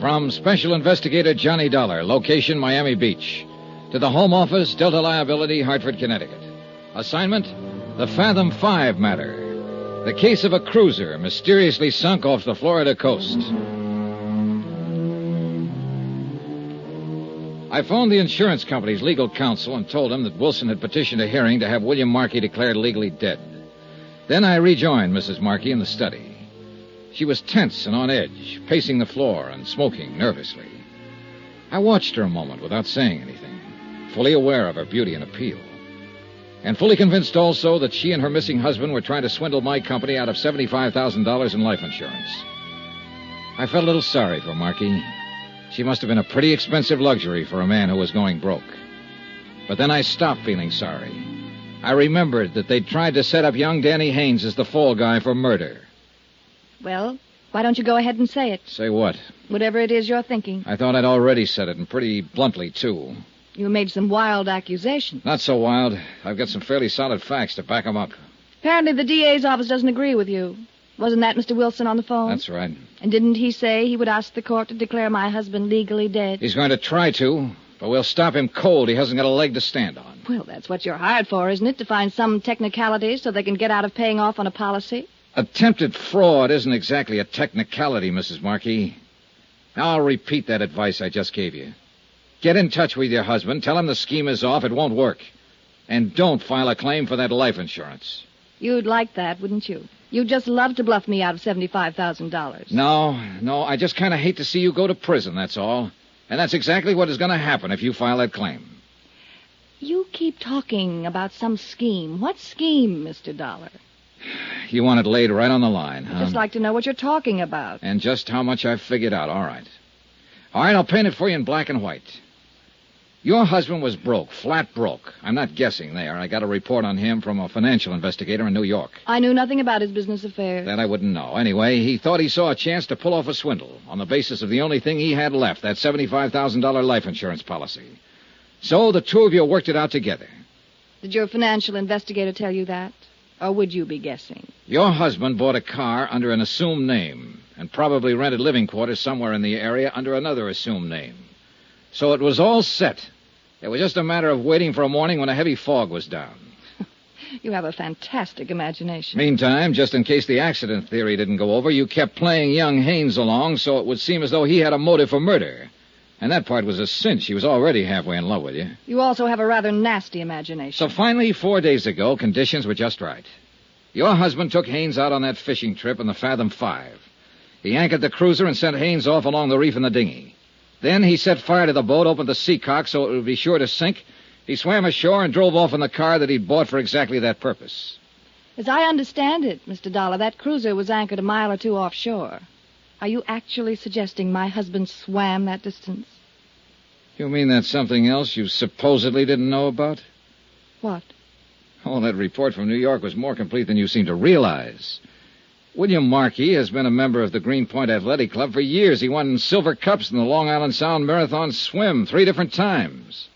[SPEAKER 2] From Special Investigator Johnny Dollar, location Miami Beach, to the Home Office, Delta Liability, Hartford, Connecticut. Assignment The Fathom 5 matter. The case of a cruiser mysteriously sunk off the Florida coast. I phoned the insurance company's legal counsel and told him that Wilson had petitioned a hearing to have William Markey declared legally dead. Then I rejoined Mrs. Markey in the study. She was tense and on edge, pacing the floor and smoking nervously. I watched her a moment without saying anything, fully aware of her beauty and appeal. and fully convinced also that she and her missing husband were trying to swindle my company out of $75,000 in life insurance. I felt a little sorry for Marky. She must have been a pretty expensive luxury for a man who was going broke. But then I stopped feeling sorry. I remembered that they'd tried to set up young Danny Haines as the fall guy for murder.
[SPEAKER 6] Well, why don't you go ahead and say it?
[SPEAKER 2] Say what?
[SPEAKER 6] Whatever it is you're thinking.
[SPEAKER 2] I thought I'd already said it, and pretty bluntly, too.
[SPEAKER 6] You made some wild accusations.
[SPEAKER 2] Not so wild. I've got some fairly solid facts to back 'em up.
[SPEAKER 6] Apparently, the DA's office doesn't agree with you. Wasn't that Mr. Wilson on the phone?
[SPEAKER 2] That's right.
[SPEAKER 6] And didn't he say he would ask the court to declare my husband legally dead?
[SPEAKER 2] He's going to try to, but we'll stop him cold. He hasn't got a leg to stand on.
[SPEAKER 6] Well, that's what you're hired for, isn't it? To find some technicalities so they can get out of paying off on a policy?
[SPEAKER 2] Attempted fraud isn't exactly a technicality, Mrs. Markey. Now I'll repeat that advice I just gave you. Get in touch with your husband. Tell him the scheme is off. It won't work. And don't file a claim for that life insurance.
[SPEAKER 6] You'd like that, wouldn't you? You'd just love to bluff me out of $75,000.
[SPEAKER 2] No, no, I just kind of hate to see you go to prison, that's all. And that's exactly what is going to happen if you file that claim.
[SPEAKER 6] You keep talking about some scheme. What scheme, Mr. Dollar?
[SPEAKER 2] You want it laid right on the line, huh?
[SPEAKER 6] I'd just like to know what you're talking about.
[SPEAKER 2] And just how much I've figured out. All right. All right, I'll paint it for you in black and white. Your husband was broke, flat broke. I'm not guessing there. I got a report on him from a financial investigator in New York.
[SPEAKER 6] I knew nothing about his business affairs.
[SPEAKER 2] That I wouldn't know. Anyway, he thought he saw a chance to pull off a swindle on the basis of the only thing he had left that $75,000 life insurance policy. So the two of you worked it out together.
[SPEAKER 6] Did your financial investigator tell you that? Or would you be guessing?
[SPEAKER 2] Your husband bought a car under an assumed name and probably rented living quarters somewhere in the area under another assumed name. So it was all set. It was just a matter of waiting for a morning when a heavy fog was down.
[SPEAKER 6] You have a fantastic imagination.
[SPEAKER 2] Meantime, just in case the accident theory didn't go over, you kept playing young Haines along so it would seem as though he had a motive for murder. And that part was a cinch. He was already halfway in love with you.
[SPEAKER 6] You also have a rather nasty imagination.
[SPEAKER 2] So finally, four days ago, conditions were just right. Your husband took Haines out on that fishing trip in the Fathom Five. He anchored the cruiser and sent Haines off along the reef in the dinghy. Then he set fire to the boat, opened the sea cock so it would be sure to sink. He swam ashore and drove off in the car that he'd bought for exactly that purpose.
[SPEAKER 6] As I understand it, Mr. Dollar, that cruiser was anchored a mile or two offshore. Are you actually suggesting my husband swam that distance?
[SPEAKER 2] You mean that's something else you supposedly didn't know about?
[SPEAKER 6] What?
[SPEAKER 2] Oh, that report from New York was more complete than you seem to realize. William Markey has been a member of the Greenpoint Athletic Club for years. He won silver cups in the Long Island Sound Marathon swim three different times.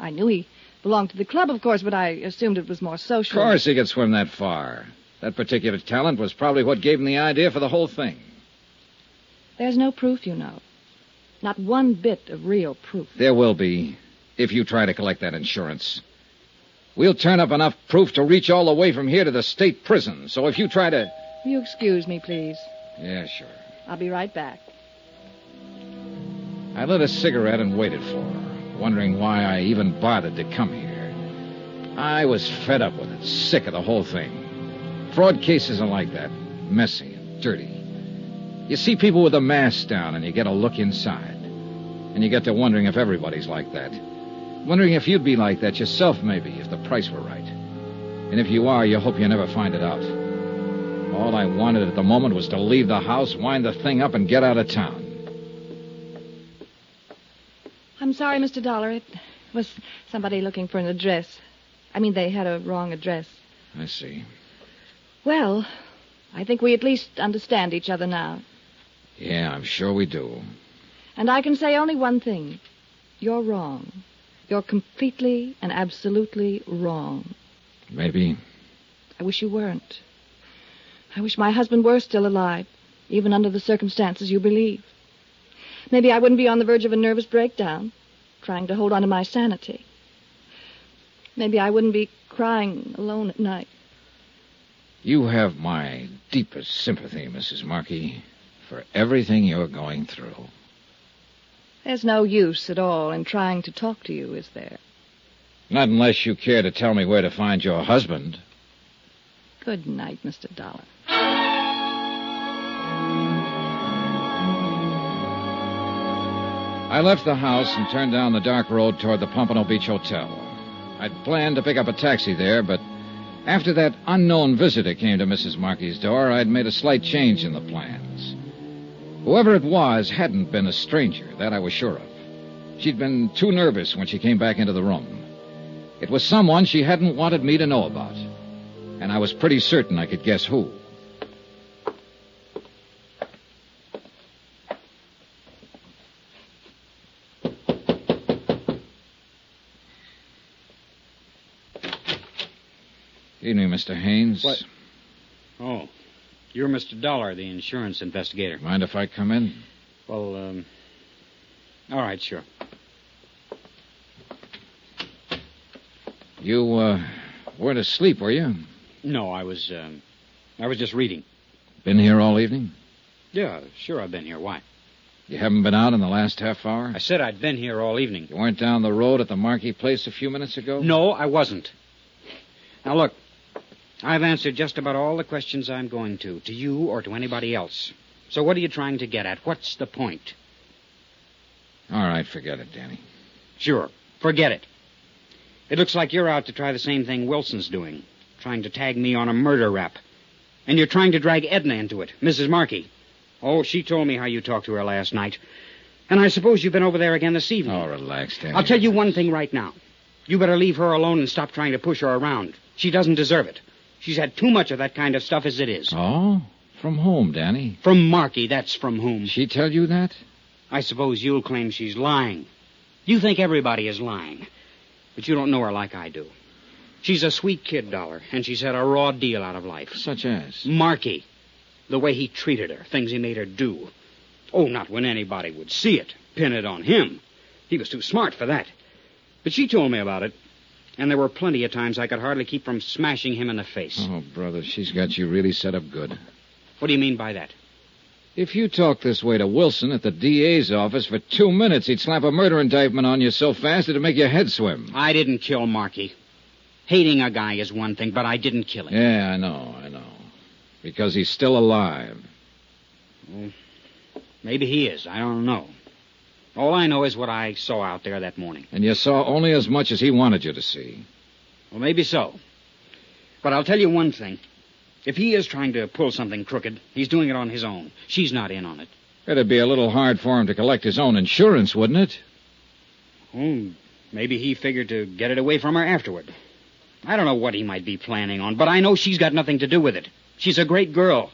[SPEAKER 6] I knew he belonged to the club, of course, but I assumed it was more
[SPEAKER 2] Of
[SPEAKER 6] social.
[SPEAKER 2] course he could swim that far. That particular talent was probably what gave him the idea for the whole thing.
[SPEAKER 6] There's no proof, you know. Not one bit of real proof.
[SPEAKER 2] There will be, if you try to collect that insurance. We'll turn up enough proof to reach all the way from here to the state prison. So if you try to.
[SPEAKER 6] Will you excuse me, please?
[SPEAKER 2] Yeah, sure.
[SPEAKER 6] I'll be right back.
[SPEAKER 2] I lit a cigarette and waited for her, wondering why I even bothered to come here. I was fed up with it, sick of the whole thing. Fraud cases are like that messy and dirty. You see people with the mask down and you get a look inside. And you get to wondering if everybody's like that. Wondering if you'd be like that yourself, maybe, if the price were right. And if you are, you hope you never find it out. All I wanted at the moment was to leave the house, wind the thing up, and get out of town.
[SPEAKER 6] I'm sorry, Mr. Dollar. It was somebody looking for an address. I mean, they had a wrong address.
[SPEAKER 2] I see.
[SPEAKER 6] Well, I think we at least understand each other now.
[SPEAKER 2] Yeah, I'm sure we do.
[SPEAKER 6] And I can say only one thing you're wrong. You're completely and absolutely wrong.
[SPEAKER 2] Maybe.
[SPEAKER 6] I wish you weren't. I wish my husband were still alive, even under the circumstances you believe. Maybe I wouldn't be on the verge of a nervous breakdown, trying to hold on to my sanity. Maybe I wouldn't be crying alone at night.
[SPEAKER 2] You have my deepest sympathy, Mrs. Markey, for everything you're going through.
[SPEAKER 6] There's no use at all in trying to talk to you, is there?
[SPEAKER 2] Not unless you care to tell me where to find your husband.
[SPEAKER 6] Good night, Mr. Dollar.
[SPEAKER 2] I left the house and turned down the dark road toward the Pompano Beach Hotel. I'd planned to pick up a taxi there, but after that unknown visitor came to Mrs. Markey's door, I'd made a slight change in the plans. Whoever it was hadn't been a stranger, that I was sure of. She'd been too nervous when she came back into the room. It was someone she hadn't wanted me to know about, and I was pretty certain I could guess who. Evening, Mr. Haynes.
[SPEAKER 5] What? Oh, you're Mr. Dollar, the insurance investigator.
[SPEAKER 2] Mind if I come in?
[SPEAKER 5] Well, um. All right, sure.
[SPEAKER 2] You uh, weren't asleep, were you?
[SPEAKER 5] No, I was, um. I was just reading.
[SPEAKER 2] Been here all evening?
[SPEAKER 5] Yeah, sure, I've been here. Why?
[SPEAKER 2] You haven't been out in the last half hour?
[SPEAKER 5] I said I'd been here all evening.
[SPEAKER 2] You weren't down the road at the Markey place a few minutes ago?
[SPEAKER 5] No, I wasn't. Now, look, I've answered just about all the questions I'm going to, to you or to anybody else. So, what are you trying to get at? What's the point?
[SPEAKER 2] All right, forget it, Danny.
[SPEAKER 5] Sure, forget it. It looks like you're out to try the same thing Wilson's doing, trying to tag me on a murder rap. And you're trying to drag Edna into it, Mrs. Markey. Oh, she told me how you talked to her last night. And I suppose you've been over there again this evening.
[SPEAKER 2] Oh, relax, Danny.
[SPEAKER 5] I'll tell you one thing right now. You better leave her alone and stop trying to push her around. She doesn't deserve it. She's had too much of that kind of stuff as it is.
[SPEAKER 2] Oh? From whom, Danny?
[SPEAKER 5] From Markey, that's from whom.
[SPEAKER 2] Did she tell you that?
[SPEAKER 5] I suppose you'll claim she's lying. You think everybody is lying, but you don't know her like I do. She's a sweet kid, Dollar, and she's had a raw deal out of life.
[SPEAKER 2] Such as?
[SPEAKER 5] Markey, the way he treated her, things he made her do. Oh, not when anybody would see it, pin it on him. He was too smart for that. But she told me about it, and there were plenty of times I could hardly keep from smashing him in the face.
[SPEAKER 2] Oh, brother, she's got you really set up good.
[SPEAKER 5] What do you mean by that?
[SPEAKER 2] If you talk this way to Wilson at the DA's office for two minutes, he'd slap a murder indictment on you so fast it'd make your head swim.
[SPEAKER 5] I didn't kill Markey. Hating a guy is one thing, but I didn't kill him.
[SPEAKER 2] Yeah, I know, Oh, I know. Because he's still alive.
[SPEAKER 5] Maybe he is. I don't know. All I know is what I saw out there that morning.
[SPEAKER 2] And you saw only as much as he wanted you to see.
[SPEAKER 5] Well, maybe so. But I'll tell you one thing. If he is trying to pull something crooked, he's doing it on his own. She's not in on it.
[SPEAKER 2] It'd be a little hard for him to collect his own insurance, wouldn't it?
[SPEAKER 5] Hmm. Maybe he figured to get it away from her afterward. I don't know what he might be planning on, but I know she's got nothing to do with it. She's a great girl.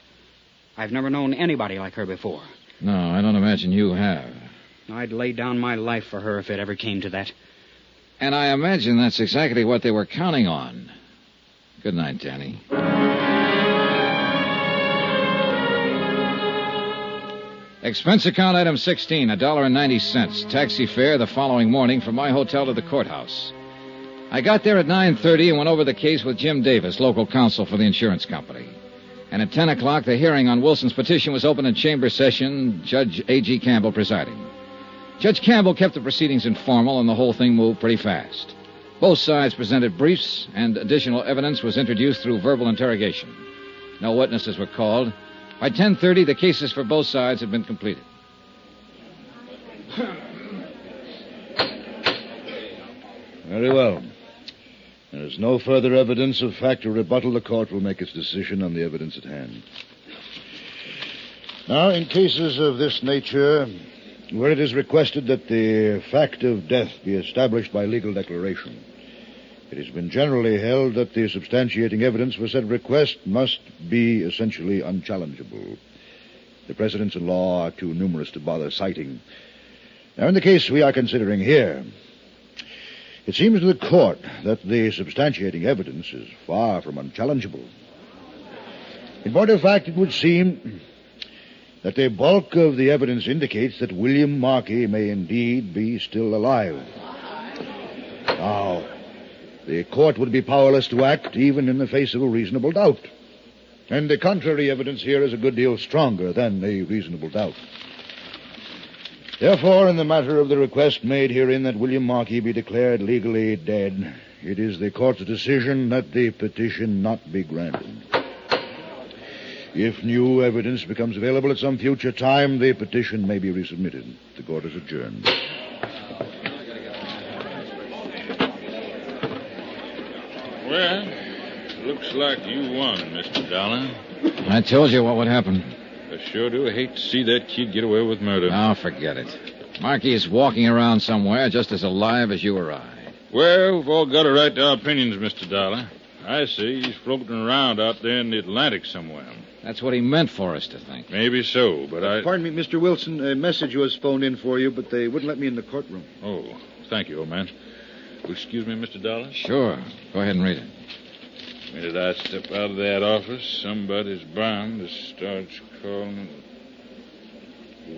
[SPEAKER 5] I've never known anybody like her before.
[SPEAKER 2] No, I don't imagine you have.
[SPEAKER 5] I'd lay down my life for her if it ever came to that.
[SPEAKER 2] And I imagine that's exactly what they were counting on. Good night, Danny. Expense account item 16, $1.90. Taxi fare the following morning from my hotel to the courthouse. I got there at 9.30 and went over the case with Jim Davis, local counsel for the insurance company. And at 10 o'clock, the hearing on Wilson's petition was open in chamber session, Judge A.G. Campbell presiding. Judge Campbell kept the proceedings informal, and the whole thing moved pretty fast. Both sides presented briefs, and additional evidence was introduced through verbal interrogation. No witnesses were called. By 10:30, the cases for both sides had been completed.
[SPEAKER 9] Very well. There is no further evidence of fact or rebuttal. The court will make its decision on the evidence at hand. Now, in cases of this nature, where it is requested that the fact of death be established by legal declaration, it has been generally held that the substantiating evidence for said request must be essentially unchallengeable. The precedents in law are too numerous to bother citing. Now, in the case we are considering here, it seems to the court that the substantiating evidence is far from unchallengeable. In point of fact, it would seem that the bulk of the evidence indicates that William Markey may indeed be still alive. Now, the court would be powerless to act even in the face of a reasonable doubt. And the contrary evidence here is a good deal stronger than a reasonable doubt. Therefore, in the matter of the request made herein that William Markey be declared legally dead, it is the court's decision that the petition not be granted. If new evidence becomes available at some future time, the petition may be resubmitted. The court is adjourned.
[SPEAKER 4] Well, looks like you won, Mr. Dollar.
[SPEAKER 2] I told you what would happen.
[SPEAKER 4] I sure do hate to see that kid get away with murder.
[SPEAKER 2] Oh, forget it. Marky is walking around somewhere just as alive as you or I.
[SPEAKER 4] Well, we've all got a right to our opinions, Mr. Dollar. I see he's floating around out there in the Atlantic somewhere.
[SPEAKER 2] That's what he meant for us to think.
[SPEAKER 4] Maybe so, but I.
[SPEAKER 9] Pardon me, Mr. Wilson. A message was phoned in for you, but they wouldn't let me in the courtroom.
[SPEAKER 4] Oh, thank you, old man. Will you Excuse me, Mr. Dollar.
[SPEAKER 2] Sure. Go ahead and read it.
[SPEAKER 4] The minute I step out of that office, somebody's bound to start calling.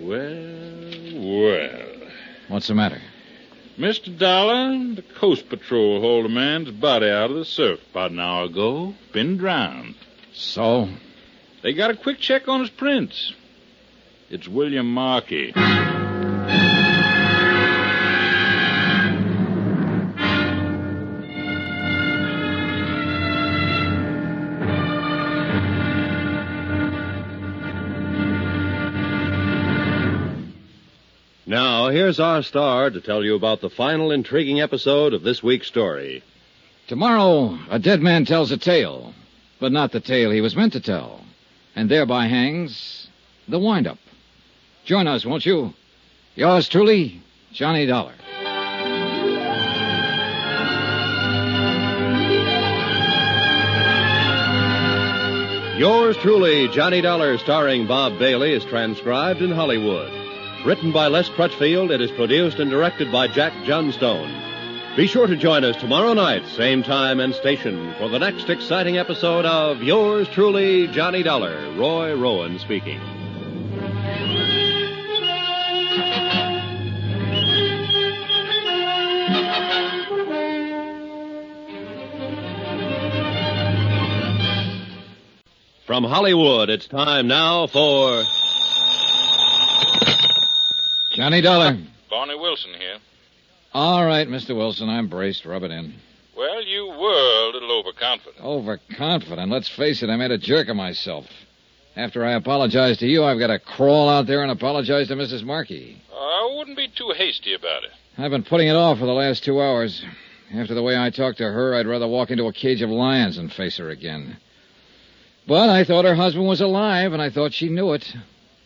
[SPEAKER 4] Well, well.
[SPEAKER 2] What's the matter?
[SPEAKER 4] Mr. Dollar, the Coast Patrol hauled a man's body out of the surf about an hour ago. Been drowned.
[SPEAKER 2] So?
[SPEAKER 4] They got a quick check on his prints. It's William Markey.
[SPEAKER 1] Now, here's our star to tell you about the final intriguing episode of this week's story.
[SPEAKER 2] Tomorrow, Oh, a dead man tells a tale, but not the tale he was meant to tell, and thereby hangs the windup. Join us, won't you? Yours truly, Johnny Dollar.
[SPEAKER 1] Yours truly, Johnny Dollar, starring Bob Bailey, is transcribed in Hollywood. Written by Les Crutchfield, it is produced and directed by Jack Johnstone. Be sure to join us tomorrow night, same time and station, for the next exciting episode of Yours truly, Johnny Dollar. Roy Rowan speaking. From Hollywood, it's time now for.
[SPEAKER 2] Johnny Dollar.
[SPEAKER 4] Barney Wilson here.
[SPEAKER 2] All right, Mr. Wilson, I'm braced. Rub it in.
[SPEAKER 4] Well, you were a little overconfident.
[SPEAKER 2] Overconfident. Let's face it, I made a jerk of myself. After I apologize to you, I've got to crawl out there and apologize to Mrs. Markey.
[SPEAKER 4] I wouldn't be too hasty about it.
[SPEAKER 2] I've been putting it off for the last two hours. After the way I talked to her, I'd rather walk into a cage of lions than face her again. But I thought her husband was alive, and I thought she knew it.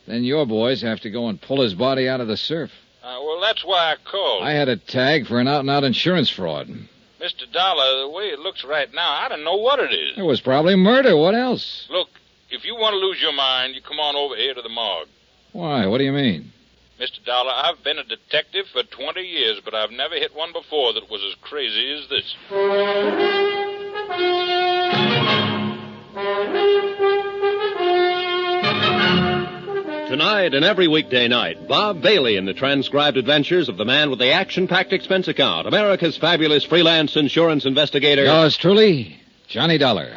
[SPEAKER 2] Then your boys have to go and pull his body out of the surf.
[SPEAKER 4] Uh, well, that's why I called.
[SPEAKER 2] I had a tag for an out and out insurance fraud.
[SPEAKER 4] Mr. Dollar, the way it looks right now, I don't know what it is.
[SPEAKER 2] It was probably murder. What else?
[SPEAKER 4] Look, if you want to lose your mind, you come on over here to the morgue.
[SPEAKER 2] Why? What do you mean?
[SPEAKER 4] Mr. Dollar, I've been a detective for 20 years, but I've never hit one before that was as crazy as this.
[SPEAKER 1] Tonight and every weekday night, Bob Bailey in the transcribed adventures of the man with the action packed expense account, America's fabulous freelance insurance investigator.
[SPEAKER 2] Yours truly, Johnny Dollar.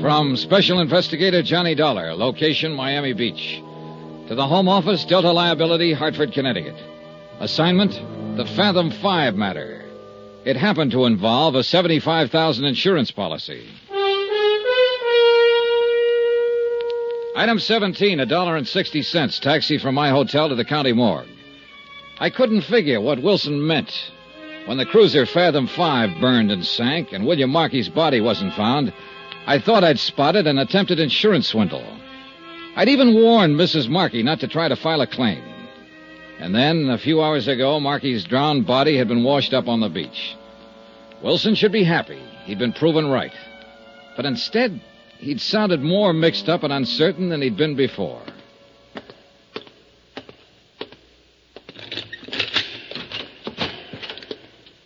[SPEAKER 2] From Special Investigator Johnny Dollar, location Miami Beach, to the Home Office, Delta Liability, Hartford, Connecticut. Assignment The Fathom 5 matter. It happened to involve a 75,000 insurance policy. Item 17, a dollar and 60 cents taxi from my hotel to the county morgue. I couldn't figure what Wilson meant. When the cruiser Fathom 5 burned and sank and William Markey's body wasn't found, I thought I'd spotted an attempted insurance swindle. I'd even warned Mrs. Markey not to try to file a claim. And then, a few hours ago, Markey's drowned body had been washed up on the beach. Wilson should be happy. He'd been proven right. But instead, he'd sounded more mixed up and uncertain than he'd been before.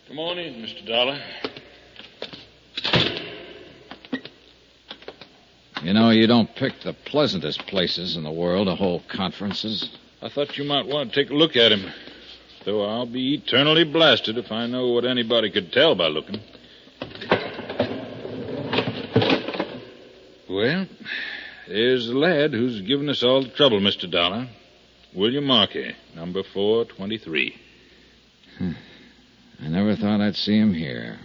[SPEAKER 4] Good morning, Mr. Dollar.
[SPEAKER 2] You know, you don't pick the pleasantest places in the world to hold conferences.
[SPEAKER 4] I thought you might want to take a look at him. Though I'll be eternally blasted if I know what anybody could tell by looking. Well, there's the lad who's given us all the trouble, Mr. Dollar. William Markey, number 423.
[SPEAKER 2] I never thought I'd see him here.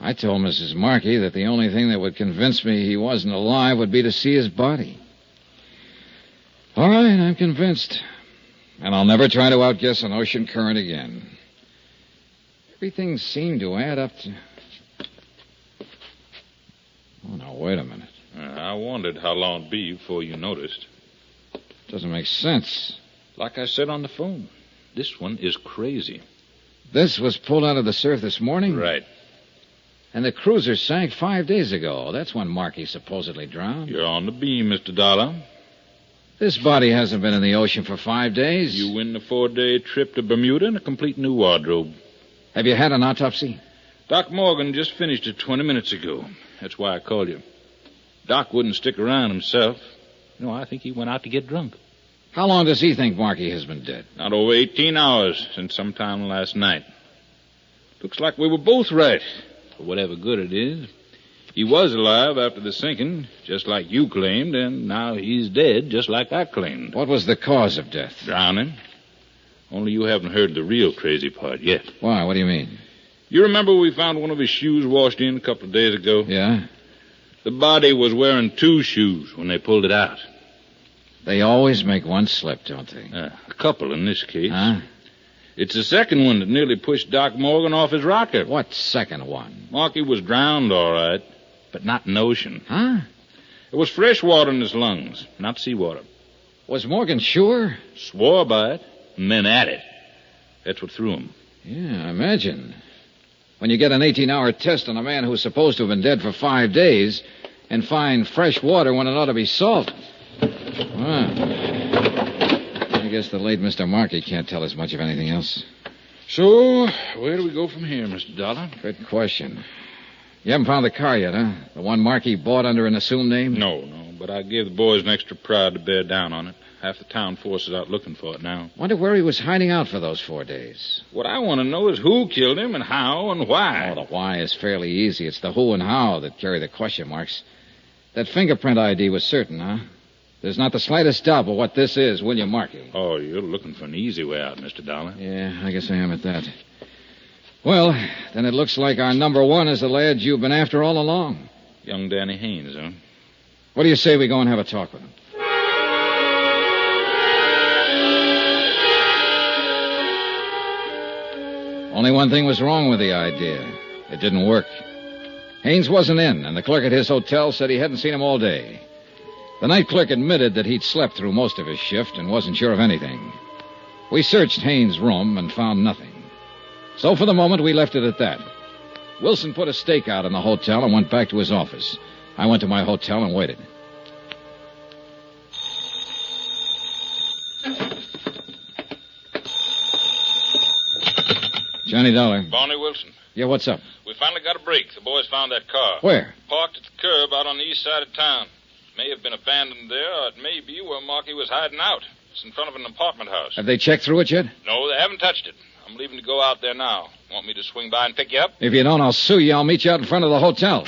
[SPEAKER 2] I told Mrs. Markey that the only thing that would convince me he wasn't alive would be to see his body. All right, I'm convinced. And I'll never try to outguess an ocean current again. Everything seemed to add up to. Oh, now, wait a minute.
[SPEAKER 4] Uh, I wondered how long it'd be before you noticed.
[SPEAKER 2] Doesn't make sense.
[SPEAKER 4] Like I said on the phone, this one is crazy.
[SPEAKER 2] This was pulled out of the surf this morning?
[SPEAKER 4] Right.
[SPEAKER 2] And the cruiser sank five days ago. That's when Markey supposedly drowned.
[SPEAKER 4] You're on the beam, Mr. Dollar.
[SPEAKER 2] This body hasn't been in the ocean for five days.
[SPEAKER 4] You win the four day trip to Bermuda and a complete new wardrobe.
[SPEAKER 2] Have you had an autopsy?
[SPEAKER 4] Doc Morgan just finished it 20 minutes ago. That's why I called you. Doc wouldn't stick around himself. No, I think he went out to get drunk.
[SPEAKER 2] How long does he think Markey has been dead?
[SPEAKER 4] Not over 18 hours since sometime last night. Looks like we were both right, for whatever good it is. He was alive after the sinking, just like you claimed, and now he's dead, just like I claimed.
[SPEAKER 2] What was the cause of death?
[SPEAKER 4] Drowning. Only you haven't heard the real crazy part yet.
[SPEAKER 2] Why? What do you mean?
[SPEAKER 4] You remember we found one of his shoes washed in a couple of days ago?
[SPEAKER 2] Yeah.
[SPEAKER 4] The body was wearing two shoes when they pulled it out.
[SPEAKER 2] They always make one slip, don't they?
[SPEAKER 4] Uh, a couple in this case.
[SPEAKER 2] Huh?
[SPEAKER 4] It's the second one that nearly pushed Doc Morgan off his rocker.
[SPEAKER 2] What second one?
[SPEAKER 4] Marky was drowned, all right, but not in the ocean.
[SPEAKER 2] Huh?
[SPEAKER 4] It was fresh water in his lungs, not seawater.
[SPEAKER 2] Was Morgan sure?
[SPEAKER 4] Swore by it, and then at it. That's what threw him.
[SPEAKER 2] Yeah, I imagine. When you get an 18 hour test on a man who's supposed to have been dead for five days and find fresh water when it ought to be salt. Well, I guess the late Mr. Markey can't tell us much of anything else.
[SPEAKER 4] So, where do we go from here, Mr. Dollar?
[SPEAKER 2] Good question. You haven't found the car yet, huh? The one Markey bought under an assumed name?
[SPEAKER 4] No, no, but I give the boys an extra pride to bear down on it. Half the town force is out looking for it now.
[SPEAKER 2] Wonder where he was hiding out for those four days.
[SPEAKER 4] What I want to know is who killed him and how and why.
[SPEAKER 2] Oh, the why is fairly easy. It's the who and how that carry the question marks. That fingerprint ID was certain, huh? There's not the slightest doubt but what this is, William Markey.
[SPEAKER 4] Oh, you're looking for an easy way out, Mr. Dollar.
[SPEAKER 2] Yeah, I guess I am at that. Well, then it looks like our number one is the lad you've been after all along.
[SPEAKER 4] Young Danny Haines, huh?
[SPEAKER 2] What do you say we go and have a talk with him? Only one thing was wrong with the idea. It didn't work. Haines wasn't in, and the clerk at his hotel said he hadn't seen him all day. The night clerk admitted that he'd slept through most of his shift and wasn't sure of anything. We searched Haines' room and found nothing. So for the moment, we left it at that. Wilson put a stake out in the hotel and went back to his office. I went to my hotel and waited. Johnny Dollar.
[SPEAKER 4] Barney Wilson.
[SPEAKER 2] Yeah, what's up?
[SPEAKER 4] We finally got a break. The boys found that car.
[SPEAKER 2] Where?
[SPEAKER 4] Parked at the curb out on the east side of town. It may have been abandoned there, or it may be where Markey was hiding out. It's in front of an apartment house.
[SPEAKER 2] Have they checked through it yet?
[SPEAKER 4] No, they haven't touched it. I'm leaving to go out there now. Want me to swing by and pick you up?
[SPEAKER 2] If you don't, I'll sue you. I'll meet you out in front of the hotel.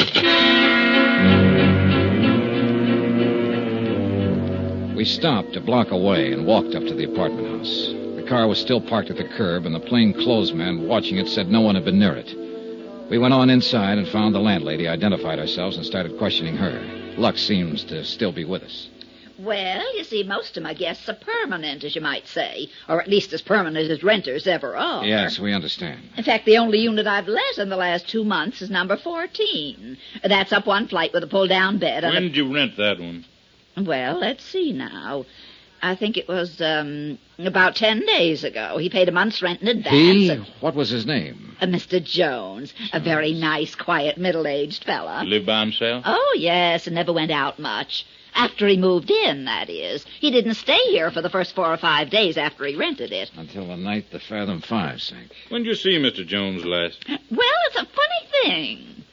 [SPEAKER 2] We stopped a block away and walked up to the apartment house. The car was still parked at the curb, and the plainclothes man watching it said no one had been near it. We went on inside and found the landlady, identified ourselves, and started questioning her. Lux seems to still be with us.
[SPEAKER 10] Well, you see, most of my guests are permanent, as you might say, or at least as permanent as renters ever are.
[SPEAKER 2] Yes, we understand.
[SPEAKER 10] In fact, the only unit I've let in the last two months is number 14. That's up one flight with a pull down bed.
[SPEAKER 4] When
[SPEAKER 10] And
[SPEAKER 4] did you rent that one?
[SPEAKER 10] a... Well, let's see now. I think it was um, about ten days ago. He paid a month's rent in advance.
[SPEAKER 2] He? What was his name?
[SPEAKER 10] Uh, Mr. Jones, a very nice, quiet, middle aged fella.
[SPEAKER 4] You live by himself?
[SPEAKER 10] Oh, yes, and never went out much. After he moved in, that is. He didn't stay here for the first four or five days after he rented it.
[SPEAKER 2] Until the night the Fathom Five sank.
[SPEAKER 4] When did you see Mr. Jones last?
[SPEAKER 10] Well, it's a funny thing.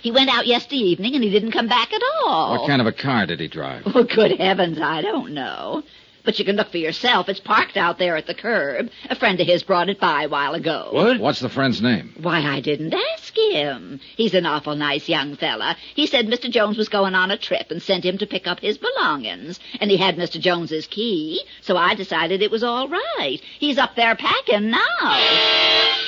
[SPEAKER 10] He went out yesterday evening and he didn't come back at all.
[SPEAKER 2] What kind of a car did he drive?
[SPEAKER 10] Well, good heavens, I don't know. But you can look for yourself. It's parked out there at the curb. A friend of his brought it by a while ago.
[SPEAKER 4] What?
[SPEAKER 2] What's the friend's name?
[SPEAKER 10] Why, I didn't ask him. He's an awful nice young fella. He said Mr. Jones was going on a trip and sent him to pick up his belongings. And he had Mr. Jones's key, so I decided it was all right. He's up there packing now.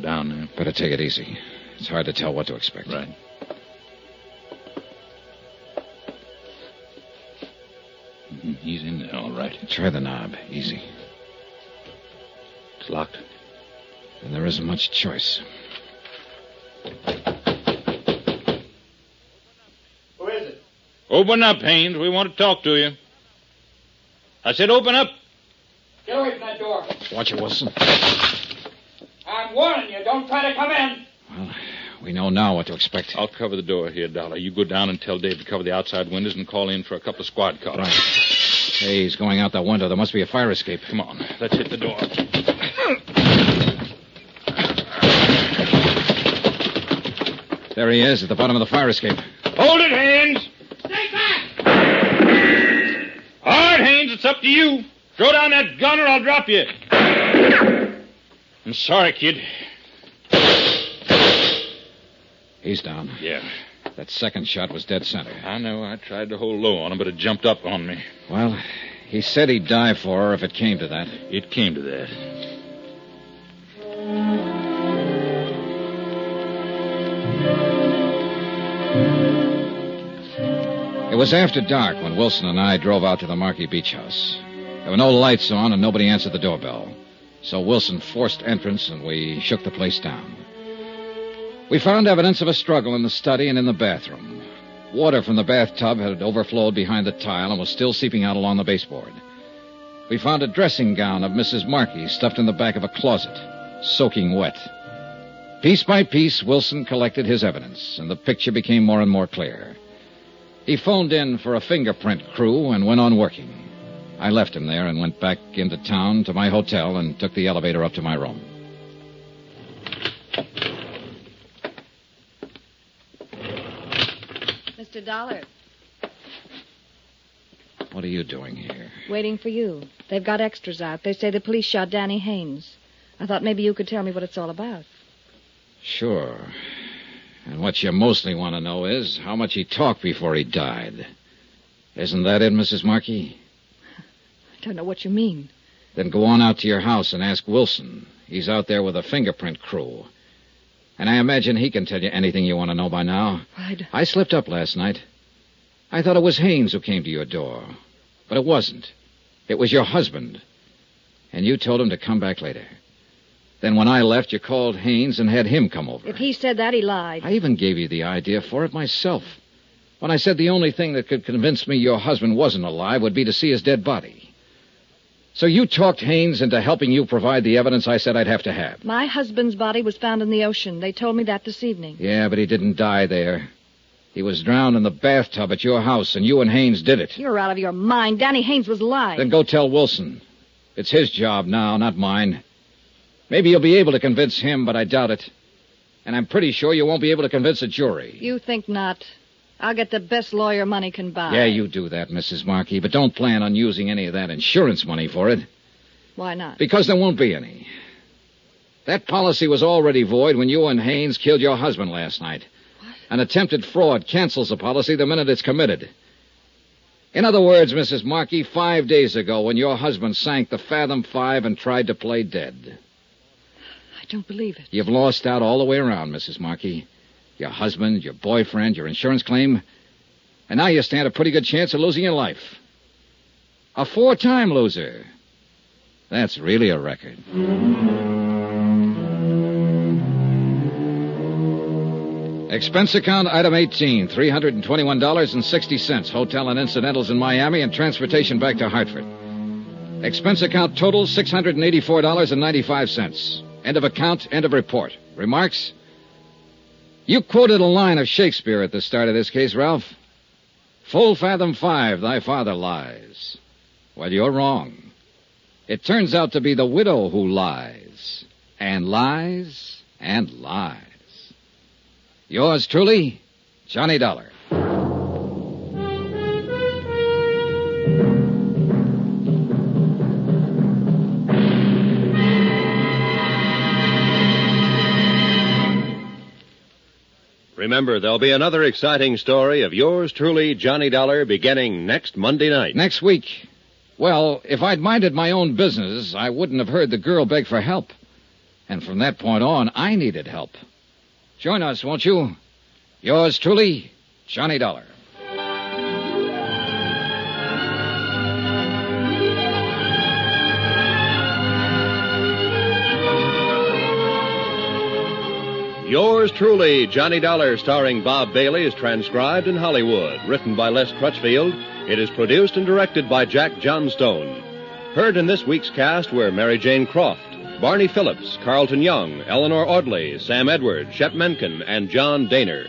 [SPEAKER 4] down there.
[SPEAKER 2] Better take it easy. It's hard to tell what to expect.
[SPEAKER 4] Right. Mhm, He's in there, all right.
[SPEAKER 2] Try the knob. Easy.
[SPEAKER 4] It's locked.
[SPEAKER 2] And there isn't much choice.
[SPEAKER 11] Who is it?
[SPEAKER 4] Open up, Haynes. We want to talk to you. I said open up.
[SPEAKER 11] Get away from that door.
[SPEAKER 2] Watch it, Wilson.
[SPEAKER 11] I'm warning you, don't try to come in.
[SPEAKER 2] We know now what to expect.
[SPEAKER 4] I'll cover the door here, Dollar. You go down and tell Dave to cover the outside windows and call in for a couple of squad cars.
[SPEAKER 2] Right. Hey, he's going out that window. There must be a fire escape. Come on.
[SPEAKER 4] Let's hit the door.
[SPEAKER 2] There he is at the bottom of the fire escape.
[SPEAKER 4] Hold it, Haynes. All right, Haynes, it's up to you. Throw down that gun or I'll drop you. I'm sorry, kid.
[SPEAKER 2] He's down.
[SPEAKER 4] Yeah.
[SPEAKER 2] That second shot was dead center.
[SPEAKER 4] I know. I tried to hold low on him, but it jumped up on me.
[SPEAKER 2] Well, he said he'd die for her if it came to that.
[SPEAKER 4] It came to that.
[SPEAKER 2] It was after dark when Wilson and I drove out to the Markey Beach House. There were no lights on and nobody answered the doorbell. So Wilson forced entrance and we shook the place down. We found evidence of a struggle in the study and in the bathroom. Water from the bathtub had overflowed behind the tile and was still seeping out along the baseboard. We found a dressing gown of Mrs. Markey stuffed in the back of a closet, soaking wet. Piece by piece, Wilson collected his evidence, and the picture became more and more clear. He phoned in for a fingerprint crew and went on working. I left him there and went back into town to my hotel and took the elevator up to my room.
[SPEAKER 6] Mr. Dollar,
[SPEAKER 2] What are you doing here?
[SPEAKER 6] waiting for you. They've got extras out. They say the police shot Danny Haynes. I thought maybe you could tell me what it's all about.
[SPEAKER 2] Sure. And what you mostly want to know is how much he talked before he died. Isn't that it, Mrs. Markey?
[SPEAKER 6] I don't know what you mean.
[SPEAKER 2] Then go on out to your house and ask Wilson. He's out there with a fingerprint crew. And I imagine he can tell you anything you want to know by now.
[SPEAKER 6] I d-
[SPEAKER 2] I slipped up last night. I thought it was Haynes who came to your door. But it wasn't. It was your husband. And you told him to come back later. Then when I left, you called Haynes and had him come over.
[SPEAKER 6] If he said that, he lied.
[SPEAKER 2] I even gave you the idea for it myself. When I said the only thing that could convince me your husband wasn't alive would be to see his dead body. So you talked Haynes into helping you provide the evidence I said I'd have to have.
[SPEAKER 6] My husband's body was found in the ocean. They told me that this evening.
[SPEAKER 2] Yeah, but he didn't die there. He was drowned in the bathtub at your house, and you and Haynes did it.
[SPEAKER 6] You're out of your mind. Danny Haynes was lying.
[SPEAKER 2] Then go tell Wilson. It's his job now, not mine. Maybe you'll be able to convince him, but I doubt it. And I'm pretty sure you won't be able to convince a jury.
[SPEAKER 6] You think not. I'll get the best lawyer money can buy.
[SPEAKER 2] Yeah, you do that, Mrs. Markey, but don't plan on using any of that insurance money for it,
[SPEAKER 6] Why not?
[SPEAKER 2] because there won't be any. That policy was already void when you and Haynes killed your husband last night. An attempted fraud cancels a policy the minute it's committed. In other words, Mrs. Markey, five days ago when your husband sank the Fathom Five and tried to play dead,
[SPEAKER 6] I don't believe it.
[SPEAKER 2] you've lost out all the way around, Mrs. Markey. Your husband, your boyfriend, your insurance claim, and now you stand a pretty good chance of losing your life. A four time loser. That's really a record. Expense account item 18, $321.60, hotel and incidentals in Miami and transportation back to Hartford. Expense account total $684.95. End of account, end of report. Remarks? You quoted a line of Shakespeare at the start of this case, Ralph. Full fathom five, thy father lies. Well, you're wrong. It turns out to be the widow who lies, and lies, and lies. Yours truly, Johnny Dollar.
[SPEAKER 1] Remember, there'll be another exciting story of yours truly, Johnny Dollar, beginning next Monday night.
[SPEAKER 2] Next week. Well, if I'd minded my own business, I wouldn't have heard the girl beg for help. And from that point on, I needed help. Join us, won't you? Yours truly, Johnny Dollar.
[SPEAKER 1] Yours truly, Johnny Dollar, starring Bob Bailey, is transcribed in Hollywood. Written by Les Crutchfield. It is produced and directed by Jack Johnstone. Heard in this week's cast were Mary Jane Croft, Barney Phillips, Carlton Young, Eleanor Audley, Sam Edwards, Shep Menken, and John Daner.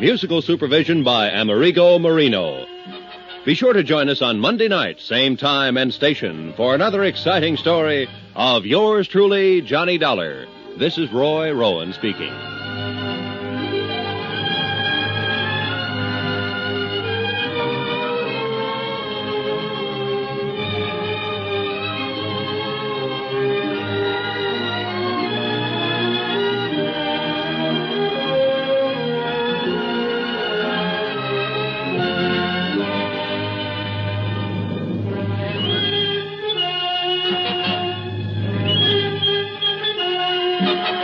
[SPEAKER 1] Musical supervision by Amerigo Marino. Be sure to join us on Monday night, same time and station, for another exciting story of yours truly, Johnny Dollar. This is Roy Rowan speaking.
[SPEAKER 12] Thank you.